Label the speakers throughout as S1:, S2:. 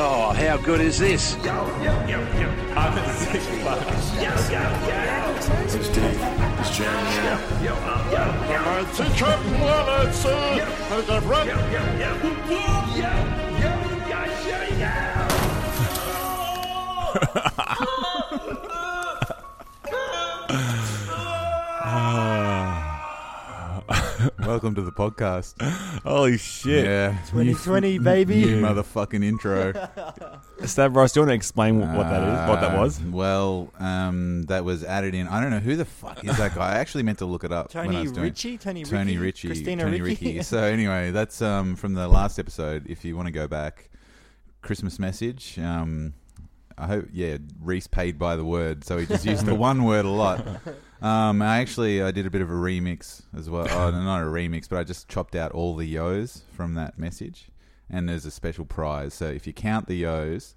S1: Oh, how good is this?
S2: How does this fuck?
S3: It's deep. It's jamming in.
S4: Welcome to the podcast.
S5: Holy shit.
S4: Yeah.
S6: 2020, baby.
S4: You motherfucking intro.
S5: Stavros, do you want to explain wh- what that is? What that was?
S4: Uh, Well, um, that was added in. I don't know who the fuck is that guy. I actually meant to look it up. when I
S6: Tony
S4: was doing
S6: Ritchie? Tony,
S4: Tony
S6: Ricky?
S4: Ritchie.
S6: Christina
S4: Tony
S6: Ricci?
S4: Ricci. so anyway, that's um, from the last episode. If you want to go back, Christmas message. Um, I hope yeah, Reese paid by the word, so he just used the one word a lot. Um, I actually I did a bit of a remix as well. Oh, no, not a remix, but I just chopped out all the yo's from that message. And there's a special prize. So if you count the yo's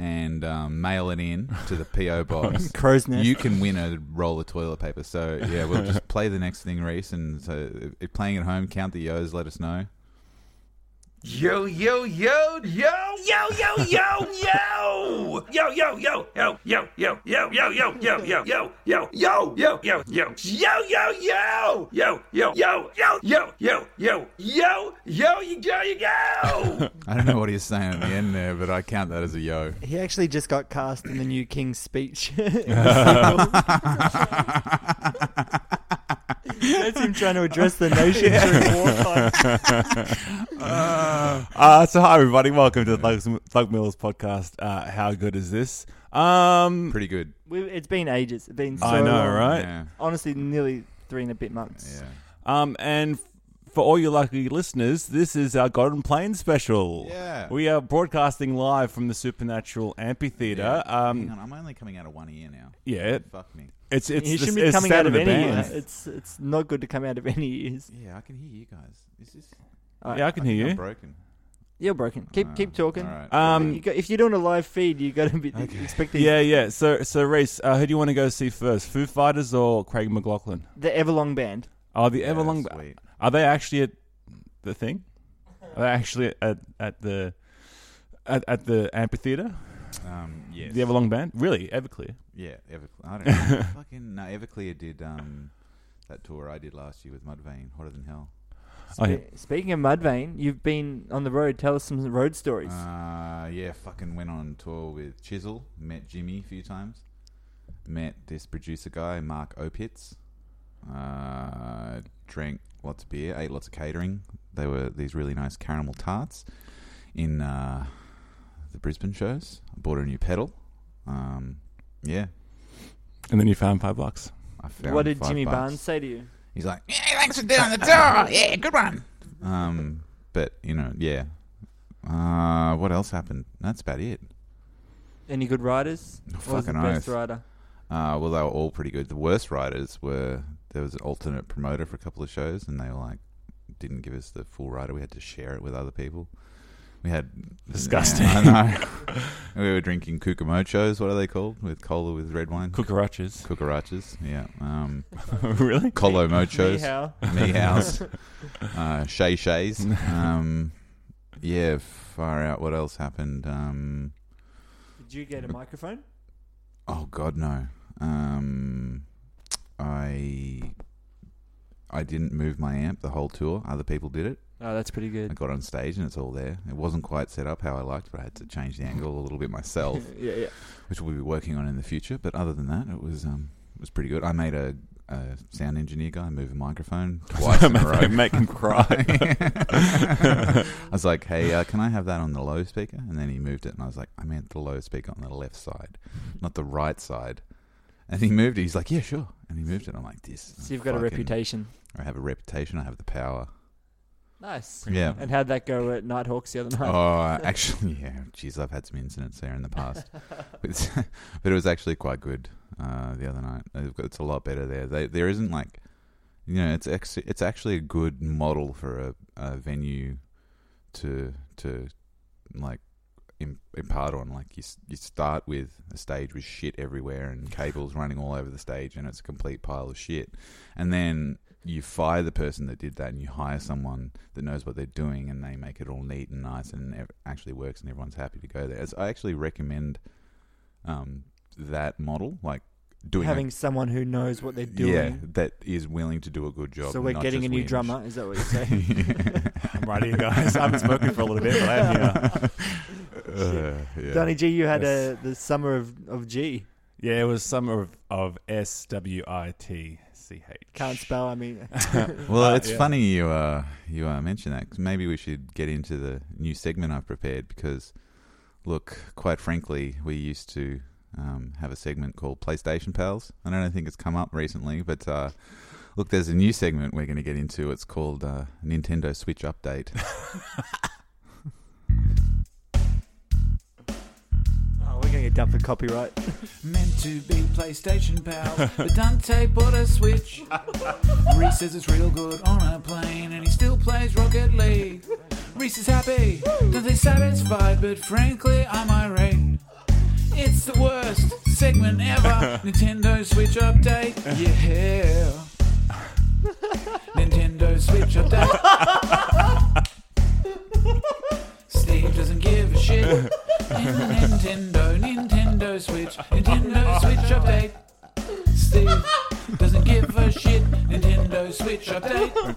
S4: and um, mail it in to the PO box,
S6: Crow's nest.
S4: you can win a roll of toilet paper. So yeah, we'll just play the next thing, Reese. And so if playing at home, count the yo's. Let us know.
S1: Yo, yo, yo, yo, yo, yo, yo, yo, yo, yo, yo, yo, yo, yo, yo, yo, yo, yo, yo, yo, yo, yo, yo, yo, yo, yo, yo, yo, yo, yo, yo, yo, yo, yo, yo, yo, yo, you go, you go.
S4: I don't know what he's saying at the end there, but I count that as a yo.
S6: He actually just got cast in the new King's Speech. That's him trying to address the nation during wartime.
S5: Uh, so hi everybody, welcome to the Thug, Thug Mills podcast. Uh, how good is this? Um,
S4: Pretty good.
S6: We- It's been ages. It's been so
S5: I know,
S6: long.
S5: right?
S4: Yeah.
S6: Honestly, nearly three and a bit months.
S4: Yeah.
S5: Um, and f- for all you lucky listeners, this is our Golden Plane special.
S4: Yeah.
S5: we are broadcasting live from the Supernatural Amphitheater.
S4: Hang
S5: Um,
S4: on, I'm only coming out of one ear now.
S5: yeah,
S4: Fuck me.
S5: it's it's
S6: you
S5: it's,
S6: shouldn't be
S5: it's
S6: coming
S5: sad
S6: out of
S5: in
S6: any
S5: the
S6: ear.
S5: band.
S6: It's it's not good to come out of any ears.
S4: Yeah, I can hear you guys. Is this?
S5: yeah, I Uh, can hear
S4: I'm
S5: you.
S4: broken. Uh,
S6: You're broken. Keep keep talking.
S4: All right.
S5: Um,
S6: You got, if you're doing a live feed, you got to be expecting
S5: yeah, yeah. So so Reese, uh, who do you want to go see first, Foo Fighters or Craig McLaughlin?
S6: the Everlong band.
S5: Oh, the Everlong.
S4: sweet.
S5: Are they actually at the thing? Are they actually at at the at, at the amphitheater?
S4: um, yes.
S5: The Everlong band? Really? Everclear?
S4: yeah, Everclear. I don't know. Fucking no, Everclear did um, that tour I did last year with Mudvayne. Hotter than hell.
S5: Oh, yeah.
S6: Spe- Speaking of Mudvayne, you've been on the road. Tell us some road stories.
S4: Uh, yeah, fucking went on tour with Chisel. Met Jimmy a few times. Met this producer guy, Mark Opitz. Uh, drank lots of beer, ate lots of catering. They were these really nice caramel tarts in uh, the Brisbane shows. I bought a new pedal. Um, yeah,
S5: And then you found five bucks.
S4: I found
S6: what did
S4: five
S6: Jimmy
S4: bucks.
S6: Barnes say to you?
S4: He's like, yeah, thanks for doing the tour. Yeah, good one. Um, but you know, yeah. Uh, what else happened? That's about it.
S6: Any good riders? Or was
S4: fucking
S6: the best
S4: oath.
S6: rider?
S4: Uh, well, they were all pretty good. The worst riders were there was an alternate promoter for a couple of shows, and they were like didn't give us the full rider. We had to share it with other people. We had
S5: Disgusting.
S4: Yeah, I know. we were drinking kukumochos. What are they called? With cola with red wine.
S5: Cucarachas.
S4: Cucarachas. Yeah. Um,
S5: really?
S4: colo mochos.
S6: Anyhow,
S4: Me house. Uh, shay shays. Um, yeah. Far out. What else happened? Um,
S6: did you get a microphone?
S4: Oh God, no. Um, I I didn't move my amp the whole tour. Other people did it.
S6: Oh, that's pretty
S4: I
S6: good.
S4: got on stage and it's all there. It wasn't quite set up how I liked, but I had to change the angle a little bit myself,
S6: yeah, yeah.
S4: which we'll be working on in the future. But other than that, it was um it was pretty good. I made a, a sound engineer guy move a microphone twice in a row.
S5: Make him cry.
S4: I was like, "Hey, uh, can I have that on the low speaker?" And then he moved it, and I was like, "I meant the low speaker on the left side, not the right side." And he moved it. He's like, "Yeah, sure." And he moved it. I'm like, "This."
S6: So you've got a
S4: fucking-
S6: reputation.
S4: I have a reputation. I have the power.
S6: Nice.
S4: Yeah.
S6: And how'd that go at Nighthawks the other night?
S4: Oh, actually, yeah. Jeez, I've had some incidents there in the past, but, but it was actually quite good uh, the other night. They've got- It's a lot better there. They, there isn't like, you know, it's ex- it's actually a good model for a, a venue to to like im- impart on. Like you s- you start with a stage with shit everywhere and cables running all over the stage, and it's a complete pile of shit, and then you fire the person that did that and you hire someone that knows what they're doing and they make it all neat and nice and it actually works and everyone's happy to go there. It's- I actually recommend um, that model, like doing a-
S6: Having someone who knows what they're doing.
S4: yeah that is willing to do a good job.
S6: so we're
S4: not
S6: getting
S4: just
S6: a new
S4: whinge.
S6: drummer. Is that what you say?
S5: I'm right here, guys. I haven't spoken for a little bit, but I am here.
S4: Uh, yeah.
S6: Donny G, you had
S5: Yes.
S6: a, the summer of, of G.
S5: Yeah, it was some of, of S W I T C H.
S6: Can't spell. I mean,
S4: Well, it's
S5: yeah.
S4: funny you uh, you uh, mention that 'cause maybe we should get into the new segment I've prepared because, look, quite frankly, we used to um, have a segment called PlayStation Pals. I don't think it's come up recently, but uh, look, there's a new segment we're going to get into. It's called uh, Nintendo Switch Update.
S6: oh, we're gonna get done for copyright.
S7: Meant to be PlayStation pals, but Dante bought a Switch. Reese says it's real good on a plane, and he still plays Rocket League. Reese is happy, Dante's satisfied, but frankly, I'm irate. It's the worst segment ever. Nintendo Switch update, yeah. Nintendo Switch update. Steve doesn't give a shit. Nintendo, Nintendo Switch, Nintendo Switch update. Steve doesn't give a shit. Nintendo Switch update.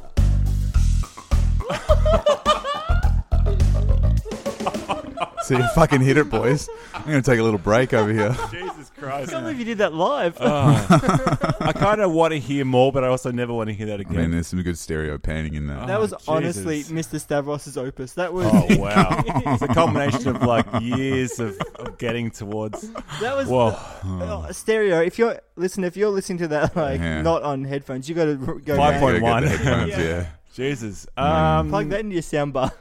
S4: so you fucking hit it, boys. I'm going to take a little break over here.
S5: Jesus Christ. Oh.
S6: I can't believe you did that live.
S4: Oh,
S5: I kind of want to hear more, but I also never want to hear that
S4: I
S5: again.
S4: mean, there's some good stereo panning in
S5: Oh,
S4: that.
S6: that was
S5: Jesus.
S6: honestly Mr. Stavros's opus. That was
S5: Oh wow! it's a combination of like years of, of getting towards.
S6: that was
S5: Whoa!
S6: uh, stereo. If you're listen, if you're listening to that like
S4: Yeah.
S6: not on headphones, you got to go
S5: Five
S6: back.
S5: point-
S4: Gotta get the
S5: 0.1.
S4: headphones,
S6: Yeah.
S4: yeah.
S5: Jesus. Um,
S6: Mm. plug that into your soundbar.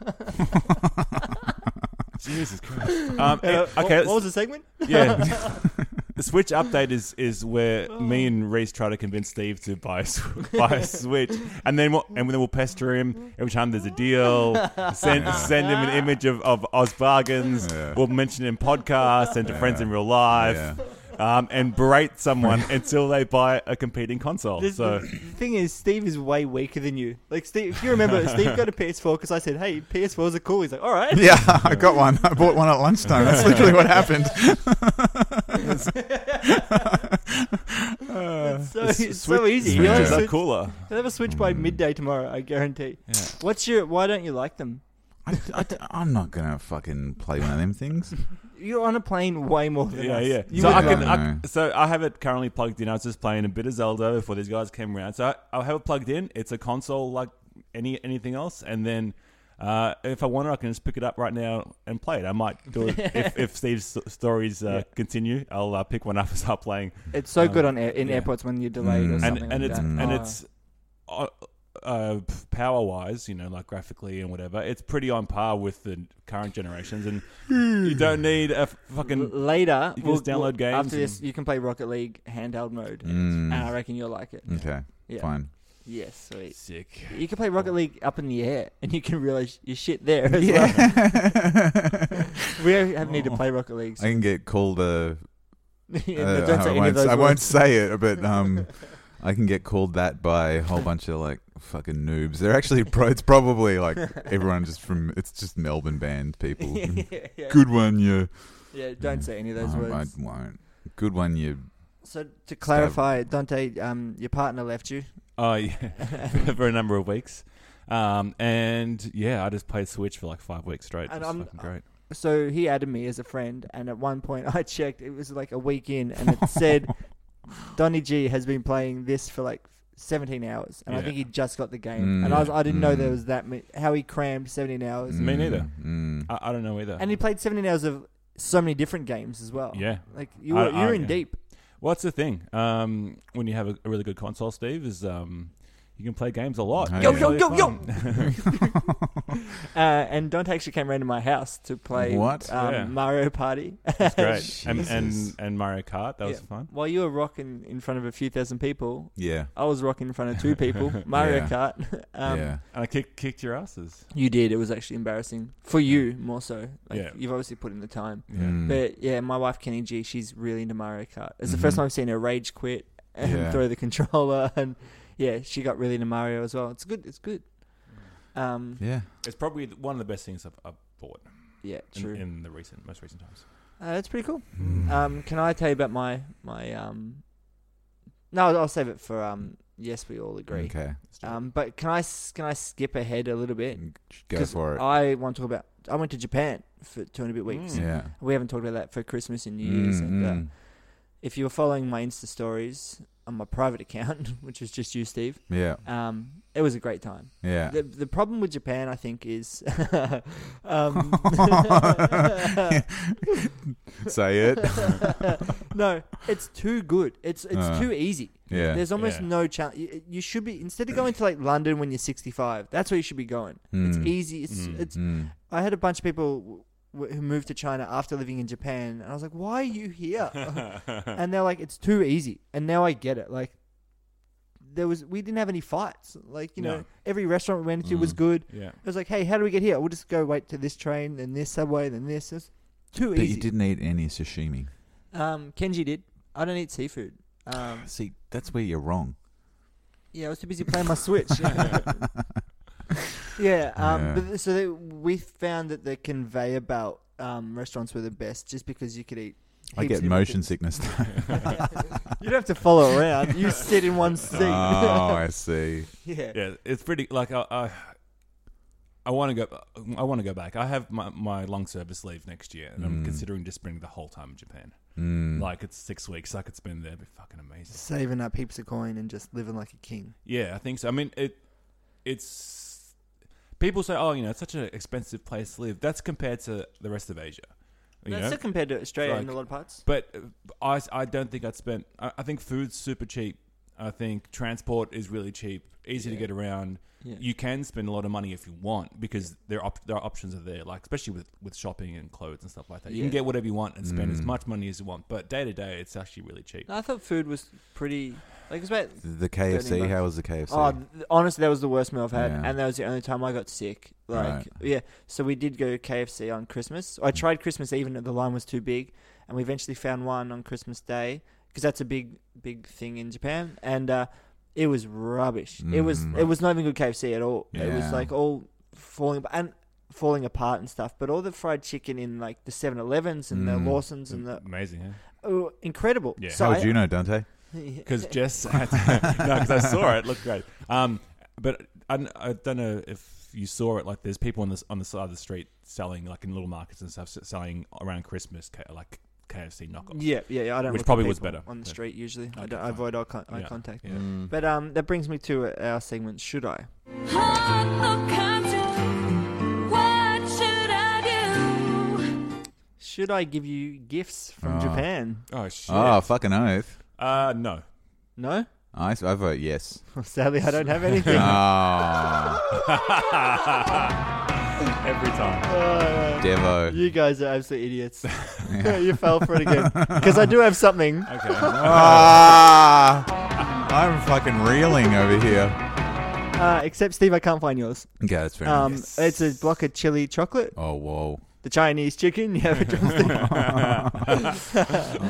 S5: Jesus Christ. Um,
S6: Uh,
S5: eh, okay.
S6: what, what was the segment?
S5: yeah. The Switch update is is where
S6: Oh.
S5: me and Reese try to convince Steve to buy a, Sw- buy a Switch, and then we'll, and then we'll pester him every time there's a deal. Send send him an image of, of Oz bargains.
S4: Yeah.
S5: We'll mention it in podcasts and to friends in real life,
S4: Yeah.
S5: um, and berate someone until they buy a competing console.
S6: This-
S5: so
S6: the thing is, Steve is way weaker than you. Like Steve, if you remember, Steve got a PS4 because I said, "Hey, PS4s are cool." He's like, "All right."
S4: Yeah, I got one. I bought one at lunchtime. That's literally what happened.
S6: So, it's so
S5: Switch-
S6: easy.
S5: Switches
S6: You'll have,
S5: are
S6: switch,
S5: cooler.
S6: you'll have a Switch by midday tomorrow, I guarantee.
S5: Yeah.
S6: What's your? Why don't you like them?
S4: I, am not gonna fucking play one of them things.
S6: You're on a plane way more than
S5: Yeah,
S6: us.
S5: yeah.
S6: You
S5: So
S6: would
S5: I
S4: would
S5: can.
S4: know.
S5: I, so I have it currently plugged in. I was just playing a bit of Zelda before these guys came around. So I, I have it plugged in. It's a console like any anything else, and then. Uh, if I want to, I can just pick it up right now and play it. I might do it if, if Steve's st- stories uh, continue. I'll uh, pick one up and start playing.
S6: It's so
S5: Um,
S6: good on air, in
S5: yeah.
S6: airports when you're delayed or
S4: Mm.
S5: and
S6: something.
S5: and
S6: like
S5: it's
S6: that.
S5: and
S6: Oh.
S5: it's uh, uh, power wise, you know, like graphically and whatever. It's pretty on par with the current generations, and you don't need a f-
S6: L-
S5: fucking
S6: later.
S5: you can just download games
S6: after this.
S5: and-
S6: You can play Rocket League handheld mode,
S4: Mm.
S6: and I reckon you'll like it.
S4: Okay,
S6: Yeah.
S4: fine.
S6: Yes, sweet.
S5: sick.
S6: You can play Rocket League up in the air, and you can realize your shit there. As well.
S4: Yeah.
S6: we have need to play Rocket League.
S4: Oh. I can get called a.
S6: Yeah,
S4: uh,
S6: don't
S4: I,
S6: say any of
S4: won't,
S6: those
S4: I won't
S6: words.
S4: say it, but um, I can get called that by a whole bunch of like fucking noobs. They're actually pro. It's probably like everyone just from. It's just Melbourne band people.
S6: yeah, yeah.
S4: Good one, you.
S6: Yeah, don't say any of those
S4: Um, I
S6: words.
S4: won't. Good one, you.
S6: So to clarify, Dante, um, your partner left you.
S5: Oh yeah, for a number of weeks. Um, and yeah, I just played Switch for like five weeks straight.
S6: And
S5: It was
S6: I'm-
S5: fucking great.
S6: So he added me as a friend, and at one point I checked. It was like a week in, and it said Donny G has been playing this for like 17 hours, and I
S5: Yeah.
S6: think he just got the game.
S4: Mm,
S6: and I, was, I didn't know there
S4: mm.
S6: was that many, how he crammed 17 hours,
S5: Me neither.
S4: Mm.
S5: I, I don't know either.
S6: and he played 17 hours of so many different games as well.
S5: yeah.
S6: like you
S5: I-
S6: were, you're
S5: I-
S6: in
S5: yeah.
S6: deep.
S5: Well, that's the thing. Um, when you have a, a really good console, Steve, is um, you can play games a lot.
S4: Oh,
S5: It's
S4: Yo,
S6: yo,
S5: really
S6: yo, yo!
S5: fun.
S6: Uh, and Dante actually came around to my house to play
S4: What?
S6: Um,
S5: Yeah.
S6: Mario Party.
S5: It's great. and, and
S4: Jesus.
S5: and Mario Kart. That was
S6: Yeah.
S5: fun.
S6: While you were rocking in front of a few thousand people,
S4: Yeah.
S6: I was rocking in front of two people. Mario
S4: Yeah.
S6: Kart. Um,
S4: yeah.
S5: And I kicked kicked your asses.
S6: You did. It was actually embarrassing for you more so. Like,
S5: Yeah.
S6: You've obviously put in the time.
S4: Mm.
S6: But yeah, my wife Kenny G, she's really into Mario Kart. It's the
S4: Mhm.
S6: first time I've seen her rage quit and
S4: Yeah.
S6: throw the controller and yeah, she got really into Mario as well. It's good. It's good. Um,
S4: Mm. Yeah.
S5: It's probably one of the best things I've, I've bought
S6: yeah,
S5: in,
S6: true.
S5: in the recent, most recent times.
S6: Uh, that's pretty cool. Um, can I tell you about my my? Um, no, I'll save it for. Um, yes, we all agree.
S4: Okay.
S6: Um, but can I s- can I skip ahead a little bit?
S4: Go
S6: 'Cause
S4: for it.
S6: I want to talk about. I went to Japan for two and a bit weeks.
S4: yeah.
S6: We haven't talked about that for Christmas and New Year's. And, uh,
S4: Mm,
S6: if you were following my Insta stories on my private account, which is just you, Steve,
S4: mm. Yeah.
S6: um, it was a great time.
S4: Yeah.
S6: The, the problem with Japan, I think, is um,
S4: Say it.
S6: no, it's too good. It's it's
S4: Uh,
S6: too easy.
S4: yeah.
S6: There's almost
S5: Yeah.
S6: no challenge. You, you should be instead of going to like London when you're 65. That's where you should be going. It's
S4: Mm.
S6: easy. It's
S5: Mm.
S6: it's.
S4: Mm.
S6: I had a bunch of people w- who moved to China after living in Japan, and I was like, "Why are you here?" and they're like, "It's too easy." And now I get it. Like, there was we didn't have any fights. Like you know,
S5: No.
S6: every restaurant we went to was
S4: Mm.
S6: good.
S5: yeah.
S6: It was like, "Hey, how do we get here? We'll just go wait to this train, then this subway, then this." It's too
S4: But
S6: easy.
S4: you didn't eat any sashimi.
S6: Um, Kenji did. I don't eat seafood. Um,
S4: See, that's where you're wrong.
S6: yeah, I was too busy playing my Switch. yeah, um,
S4: Yeah.
S6: But th- so they, we found that the conveyor belt um, restaurants were the best, just because you could eat.
S4: I
S6: heaps
S4: get
S6: of
S4: motion
S6: different-
S4: sickness.
S6: You don't have to follow around. You sit in one seat.
S4: oh, I see.
S6: yeah.
S5: Yeah, it's pretty. Like I, I, I want to go. I want to go back. I have my, my long service leave next year, and I'm considering just spending the whole time in Japan.
S4: Mm.
S5: Like it's six weeks. I could spend there. It'd be fucking amazing.
S6: Saving up heaps of coin and just living like a king.
S5: Yeah, I think so. I mean, it. It's people say, oh, you know, it's such an expensive place to live. That's compared to the rest of Asia. You
S6: That's
S5: know?
S6: still compared to Australia in
S5: like-
S6: a lot of parts.
S5: But uh, I, I don't think I'd spent. I, I think food's super cheap. I think transport is really cheap, easy to get around.
S6: Yeah.
S5: You can spend a lot of money if you want because their op- their options are there. Like especially with with shopping and clothes and stuff like that, you
S6: Yeah.
S5: can get whatever you want and spend as much money as you want. But day to day, it's actually really cheap.
S6: No, I thought food was pretty. Like it was about
S4: The
S6: Thirty
S4: KFC.
S6: bucks.
S4: How was the KFC?
S6: Oh, th- honestly, that was the worst meal I've had,
S4: Yeah.
S6: and that was the only time I got sick. Like,
S4: Right. Mm.
S6: yeah. So we did go to KFC on Christmas. I tried Christmas Eve, and the line was too big, and we eventually found one on Christmas Day because that's a big, big thing in Japan, and uh, it was rubbish. it was,
S4: Mm.
S6: it was not even good KFC at all. It
S4: Yeah.
S6: was like all falling and falling apart and stuff. But all the fried chicken in like the 7-Elevens and
S4: Mm.
S6: the Lawsons and the
S5: Amazing, huh?
S6: oh, incredible.
S5: Yeah.
S4: How
S6: So
S4: would you know, Dante?
S6: I-
S5: because Jess had no, because I saw it. it looked great. Um, but I, I don't know if you saw it. Like, there's people on this on the side of the street selling, like in little markets and stuff, s- selling around Christmas K- like KFC knockoffs.
S6: Yeah, yeah, yeah. I don't.
S5: Which
S6: look at
S5: probably was
S6: people
S5: better.
S6: on the
S5: Yeah.
S6: street usually. I,
S5: Okay,
S6: don't, I
S5: fine.
S6: avoid eye, con- eye
S5: Yeah,
S6: contact.
S5: yeah. Mm.
S6: But um, that brings me to our segment. Should I? Should I give you gifts from
S4: Ah.
S6: Japan?
S5: Oh shit.
S4: Oh, fucking oath.
S5: Uh, no.
S6: No.
S4: I, s- I vote yes.
S6: Sadly, I don't have anything.
S4: Oh,
S5: Every time.
S4: Devo.
S6: You guys are absolute idiots. you fell for it again. Because I do have something.
S5: Okay.
S4: Ah, I'm fucking reeling over here.
S6: Uh, except Steve, I can't find yours.
S4: Okay, that's
S5: Ah,
S4: fair.
S6: Um,
S4: enough.
S6: It's a block of chili chocolate.
S4: oh, whoa.
S6: The Chinese chicken. You have a drumstick.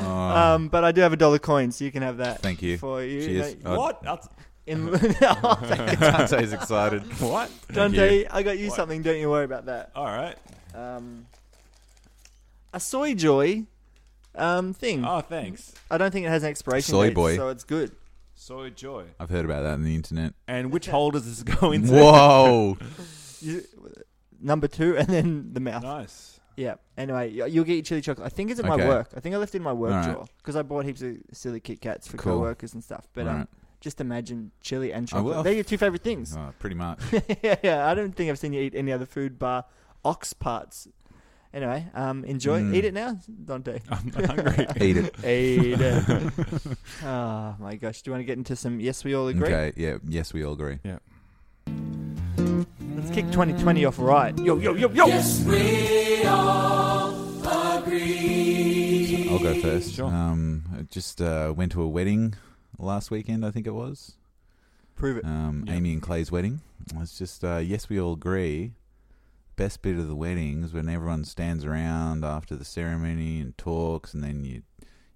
S6: um, but I do have a dollar coin, so you can have that.
S4: Ah. Thank you.
S6: For you.
S4: Cheers.
S6: No,
S4: Oh,
S5: what? That's,
S6: in- Oh, thank you.
S4: Dante's excited.
S5: what?
S6: Dante, I got you something. Don't you worry about that.
S5: All right.
S6: Um, a soy joy um, thing.
S5: Oh, thanks.
S6: I don't think it has an expiration
S4: Soy
S6: date,
S4: boy.
S6: so it's good.
S5: Soy joy.
S4: I've heard about that on the internet.
S5: And which hole does this go into?
S4: Whoa.
S6: You, number two, and then the mouth.
S5: Nice.
S6: Yeah. Anyway, y- you'll get your chili chocolate. I think it's at my
S4: Okay.
S6: work. I think I left it in my work
S4: All right.
S6: drawer because I bought heaps of silly Kit Kats for
S4: Cool.
S6: coworkers and stuff. But
S4: All
S6: um,
S4: right.
S6: just imagine chili and
S4: I will.
S6: chocolate. They're your two favorite things.
S4: Oh, pretty much.
S6: yeah, yeah. I don't think I've seen you eat any other food bar ox parts. Anyway, um, enjoy.
S4: Mm.
S6: Eat it now, Dante.
S5: I'm hungry.
S4: Eat it.
S6: Aiden. oh my gosh. Do you want to get into some yes we all agree?
S4: Okay, yeah. Yes, we all agree.
S6: Let's kick 2020 off right.
S1: Yo, yo, yo, yo.
S4: I'll go first.
S5: Sure.
S4: Um, I just uh, went to a wedding last weekend, I think it was.
S6: Prove it.
S4: Um,
S5: Yeah.
S4: Amy and Clay's wedding. It's just, uh, yes, we all agree. Best bit of the wedding is when everyone stands around after the ceremony and talks, and then you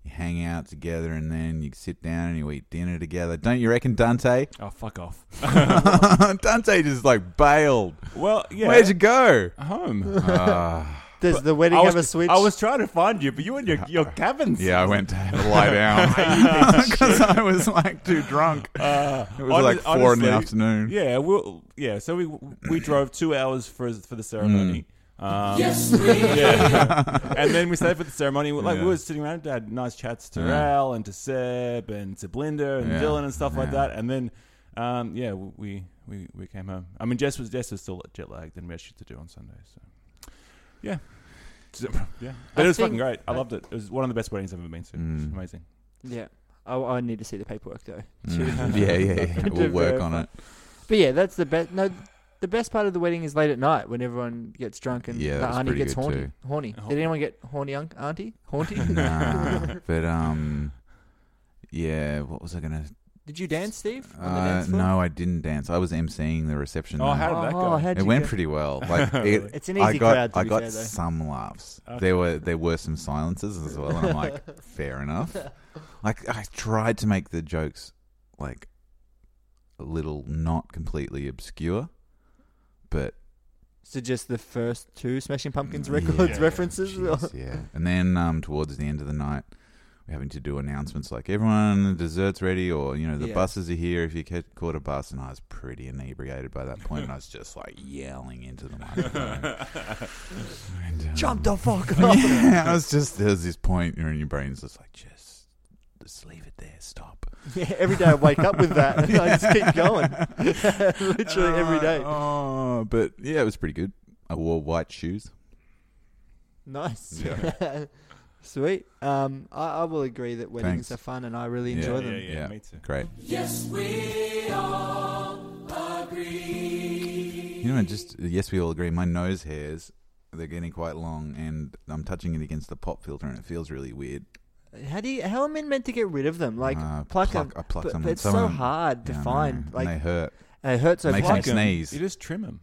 S4: you hang out together, and then you sit down and you eat dinner together. Don't you reckon, Dante?
S5: Oh, fuck off.
S4: Dante just like bailed.
S5: Well, yeah. Uh-huh.
S4: Where'd you go?
S5: home?
S6: Does the wedding
S5: I
S6: have
S5: was,
S6: a switch?
S5: I was trying to find you, but you and your, your cabins.
S4: Yeah, I went to have a lie down because I was like too drunk. it was like
S5: Uh, honest-
S4: four in the
S5: honestly,
S4: afternoon.
S5: Yeah, we'll, yeah. So we we drove two hours for for the
S4: Mm.
S5: ceremony. Um, yes, yeah. and then we stayed for the ceremony. Like
S4: Yeah.
S5: we were sitting around, had nice chats to
S4: Yeah.
S5: Ral and to Seb and to Blinder and
S4: Yeah.
S5: Dylan and stuff like
S4: Yeah.
S5: that. And then, um, yeah, we, we we came home. I mean, Jess was Jess was still jet lagged, and we had shit to do on Sunday. So, yeah, So, yeah. But it was fucking
S6: think-
S5: great. I loved it. It was one of the best weddings I've ever been to. It was amazing.
S6: yeah. I, I need to see the paperwork though.
S4: Mm. yeah, yeah, yeah. We'll work on it.
S6: But yeah, that's the best. No, the best part of the wedding is late at night when everyone gets drunk and
S4: Yeah,
S6: the
S4: that's
S6: auntie
S4: pretty
S6: gets
S4: good
S6: horny.
S4: too.
S6: Horny.
S5: Oh.
S6: Did anyone get horny, un- auntie? Haunty?
S4: Nah, but um, yeah. What was I gonna?
S6: Did you dance, Steve? On the
S4: Uh,
S6: dance floor?
S4: no, I didn't dance. I was emceeing the reception.
S5: Oh,
S4: night.
S5: how did that go?
S6: Oh, how'd
S4: it
S6: you
S4: went
S6: go?
S4: pretty well. Like
S5: Really?
S4: it,
S6: It's an
S4: I
S6: easy
S4: got,
S6: crowd. To
S4: I
S6: be
S4: got
S6: fair, though.
S4: some laughs.
S5: Okay.
S4: There were there were some silences as well, and I'm like, fair enough. Like I tried to make the jokes like a little not completely obscure, but
S6: So just the first two Smashing Pumpkins
S4: Mm, Yeah,
S6: records
S5: yeah,
S6: references.
S4: jeez, yeah. And then um, towards the end of the night, we're having to do announcements like everyone, the dessert's ready, or you know the
S6: Yeah.
S4: buses are here. If you ca- caught a bus, and I was pretty inebriated by that point, and I was just like yelling into the microphone. And, um,
S6: Jump the fuck up.
S4: yeah, I was just there's this point you know, in your brain's just like just just leave it there, stop.
S6: Yeah, every day I wake up with that. and I just keep going. Literally every day.
S4: Oh, but yeah, it was pretty good. I wore white shoes.
S6: Nice.
S4: Yeah.
S6: Sweet. Um, I, I will agree that weddings
S4: Thanks.
S6: are fun and I really
S4: Yeah.
S6: enjoy
S5: Yeah,
S6: them.
S5: yeah,
S4: Yeah.
S5: me too.
S4: Great. Yes, we all agree. You know, just yes, we all agree. My nose hairs they're getting quite long, and I'm touching it against the pop filter, and it feels really weird.
S6: How do you, how are men meant to get rid of them? Like
S4: Uh, pluck-
S6: pluck, them.
S4: I pluck
S6: but,
S4: them
S6: but
S4: and
S6: it's
S4: some
S6: so
S4: of them-
S6: hard to
S4: Yeah, I know.
S6: find.
S4: And
S6: Like
S4: they hurt.
S6: and it hurts so
S4: makes
S6: much.
S4: me sneeze.
S5: You just trim them.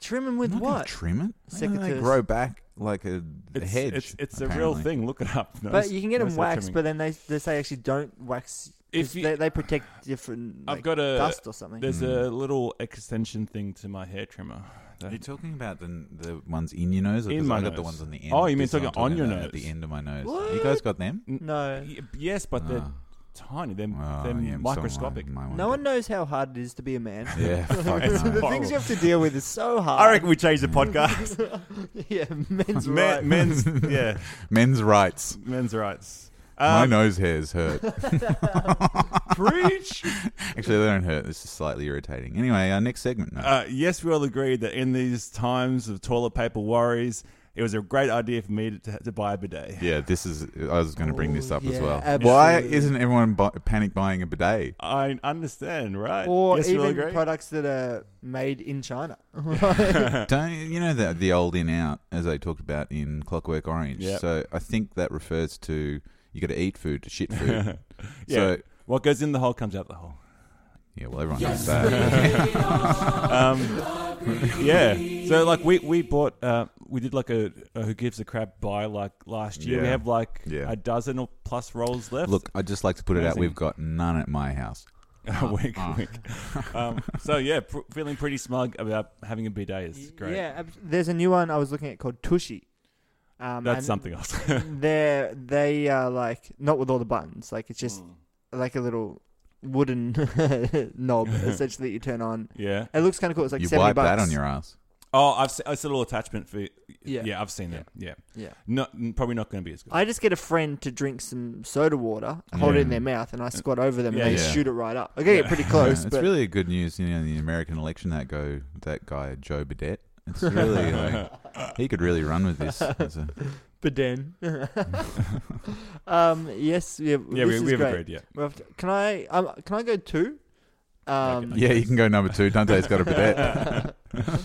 S6: Trim them with
S4: I'm not gonna
S6: what?
S4: Trim it. Why don't They
S6: Secateurs.
S4: grow back like a, a
S5: It's,
S4: hedge.
S5: it's, it's a real
S4: apparently.
S5: thing. Look it up. No,
S6: but you can get
S5: no
S6: them
S5: such
S6: waxed,
S5: trimming.
S6: but then they they say actually don't wax. 'cause
S5: If you-
S6: they, they protect different
S5: I've
S6: like,
S5: got a-
S6: dust or something. Hmm.
S5: There's a little extension thing to my hair trimmer.
S4: Are you talking about the the ones in your nose, or
S5: In
S4: 'cause
S5: my
S4: I got the
S5: nose.
S4: ones on the end?
S5: Oh, you mean
S4: This is what
S5: talking
S4: I'm
S5: on your
S4: about,
S5: nose.
S4: At the end of my nose. You guys got them?
S6: no, Ah,
S5: Y- Yes, but they're
S4: Ah.
S5: tiny. They're,
S4: Oh,
S5: they're
S4: yeah, so
S5: microscopic.
S4: mine- mine
S6: no
S4: won't
S6: one knows how hard it is to be a man.
S4: be. Yeah, fuck
S5: It's
S4: no.
S6: the things you have to deal with is so hard.
S5: we changed the podcast.
S6: yeah, men's right.
S5: men's, yeah,
S4: Men's rights.
S5: men's rights.
S4: my
S5: Um,
S4: nose hairs hurt.
S5: preach.
S4: Actually, they don't hurt. It's just slightly irritating. Anyway, our next segment. No.
S5: Uh, yes, we all agreed that in these times of toilet paper worries, it was a great idea for me to, to buy a bidet.
S4: yeah, this is. I was going to bring this
S6: Oh,
S4: up
S6: yeah,
S4: as well. Why
S6: absolutely.
S4: isn't everyone bu- panic buying a bidet?
S5: I understand, right?
S6: Or
S5: yes, we all
S6: even
S5: agree.
S6: products that are made in China.
S4: Don't you know the the old in out as I talked about in Clockwork Orange?
S5: Yep.
S4: So I think that refers to you got to eat food to shit food.
S5: yeah.
S4: So
S5: what goes in the hole comes out the hole.
S4: yeah, well everyone knows that.
S5: Um, Yeah. So like we we bought uh, we did like a, a who gives a crap buy like last year. We
S4: Yeah.
S5: have like
S4: Yeah.
S5: a dozen or plus rolls left.
S4: Look, I'd just like to put it out.
S5: Amazing.
S4: We've got none at my house.
S5: wink,
S6: Ah.
S5: wink. Um, so yeah, pr- feeling pretty smug about having a bidet is great.
S6: Yeah, ab- there's a new one I was looking at called Tushy. Um,
S5: That's
S6: and
S5: something else.
S6: They're they are like not with all the buttons. Like it's just
S4: Hmm.
S6: like a little wooden knob essentially that you turn on.
S5: yeah.
S6: It looks kind of cool. It's like
S4: you
S6: seventy
S4: wipe
S6: bucks.
S4: that on your ass.
S5: Oh, I've seen, it's a little attachment for. Yeah,
S6: Yeah.
S5: yeah I've seen that. Yeah,
S6: Yeah.
S5: Not n- probably not going to be as good.
S6: I just get a friend to drink some soda water, hold it in their mouth, and I squat over them
S5: Yeah,
S6: and they
S4: yeah.
S6: shoot it right up. I get pretty close,
S4: Yeah, it's
S6: but
S4: really good news, you know, in the American election that go that guy Joe Bidette. It's really like he could really run with this. It's a-
S6: but then, um, yes, yeah,
S5: yeah,
S6: this
S5: we,
S6: is
S5: we have
S6: great.
S5: agreed. Yeah,
S6: We have to- can I um, can I go two? Um,
S4: yeah, you can go number two. Dante's got a bidet.
S6: I mean,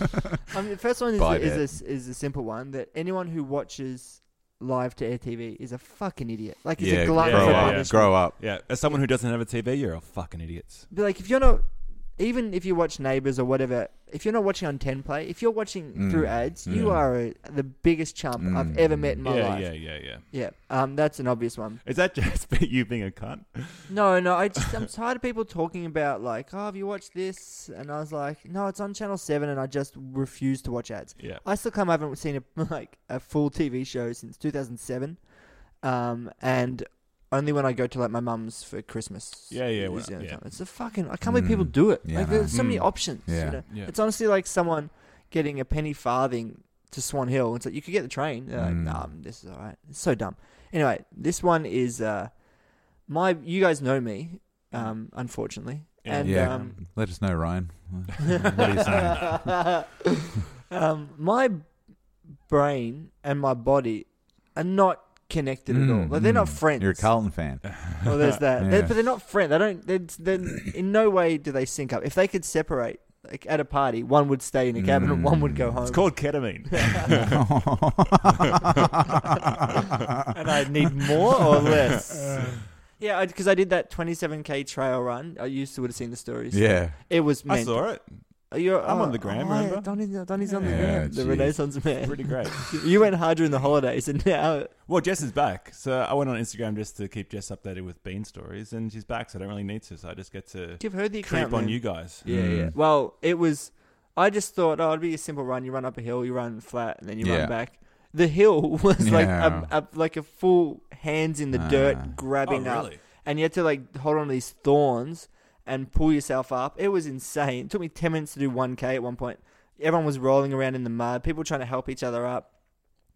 S6: Um, the first one is
S4: Buy
S6: a, is,
S4: that.
S6: a, s- is a simple one that anyone who watches live to air TV is a fucking idiot. Like, it's
S4: yeah,
S6: a glutton
S4: grow
S6: for
S5: yeah,
S4: up.
S6: punishment.
S4: Grow up.
S5: yeah. As someone who doesn't have a TV, you're a fucking idiot.
S6: Be like, if you're not even if you watch Neighbours or whatever, if you're not watching on Ten Play, if you're watching
S4: Mm,
S6: through ads, you are a, the biggest chump I've ever met in
S4: Mm.
S6: my
S5: yeah,
S6: life.
S5: yeah, yeah, yeah.
S6: Yeah, um, that's an obvious one.
S5: Is that just you being a cunt?
S6: No, no, I just I'm tired of people talking about like, oh, have you watched this? And I was like, no, it's on Channel Seven, and I just refuse to watch ads.
S5: Yeah.
S6: I still come. I haven't seen a like a full TV show since 2007, um, and only when I go to like my mum's for Christmas.
S5: Yeah, yeah,
S6: is
S5: well,
S6: the only
S5: yeah.
S6: time. It's a fucking. I can't believe people do it.
S4: Yeah,
S6: like,
S4: man.
S6: there's so many
S5: Mm.
S6: options. you
S4: Yeah.
S6: know?
S5: Yeah.
S6: It's honestly like someone getting a penny farthing to Swan Hill. It's like you could get the train. They're like,
S4: Mm.
S6: nah, this is all right. It's so dumb. Anyway, this one is uh, my. You guys know me, um, unfortunately,
S5: Yeah.
S6: and
S4: Yeah.
S6: um,
S4: Let us know, Ryan. what are you saying?
S6: um, my brain and my body are not connected at all.
S4: Mm,
S6: Like they're not
S4: mm.
S6: friends.
S4: You're a Carlton fan.
S6: Well, there's that.
S4: Yeah.
S6: They're- but they're not friends. They don't. They're, they're, in no way do they sync up. If they could separate, like at a party, one would stay in a cabin and one would go
S4: Mm.
S6: home.
S5: It's called ketamine.
S6: and I need more or less.
S5: Uh,
S6: Yeah, because I, did that 27k trail run. I used to would have seen the stories.
S4: yeah.
S6: it was.
S5: I
S6: Meant.
S5: saw it.
S6: You're,
S5: I'm on the gram,
S6: oh, yeah,
S5: remember?
S6: Donny's, Donny's on the
S4: Yeah,
S6: gram. The
S4: geez.
S6: Renaissance man.
S5: Pretty great.
S6: You went hard during the holidays, and now
S5: Well, Jess is back, so I went on Instagram just to keep Jess updated with Bean stories, and she's back, so I don't really need to. So I just get to
S6: give her the account.
S5: creep on
S6: man.
S5: you Mm. guys.
S6: Yeah, yeah. Well, it was. I just thought, oh, it'd be a simple run. You run up a hill, you run flat, and then you
S4: Yeah.
S6: run back. The hill was like
S4: Yeah.
S6: a, a like a full hands in the
S4: Ah.
S6: dirt, grabbing
S5: Oh,
S6: up,
S5: really?
S6: and you had to like hold on to these thorns and pull yourself up. It was insane. It took me ten minutes to do one k at one point. Everyone was rolling around in the mud. People trying to help each other up.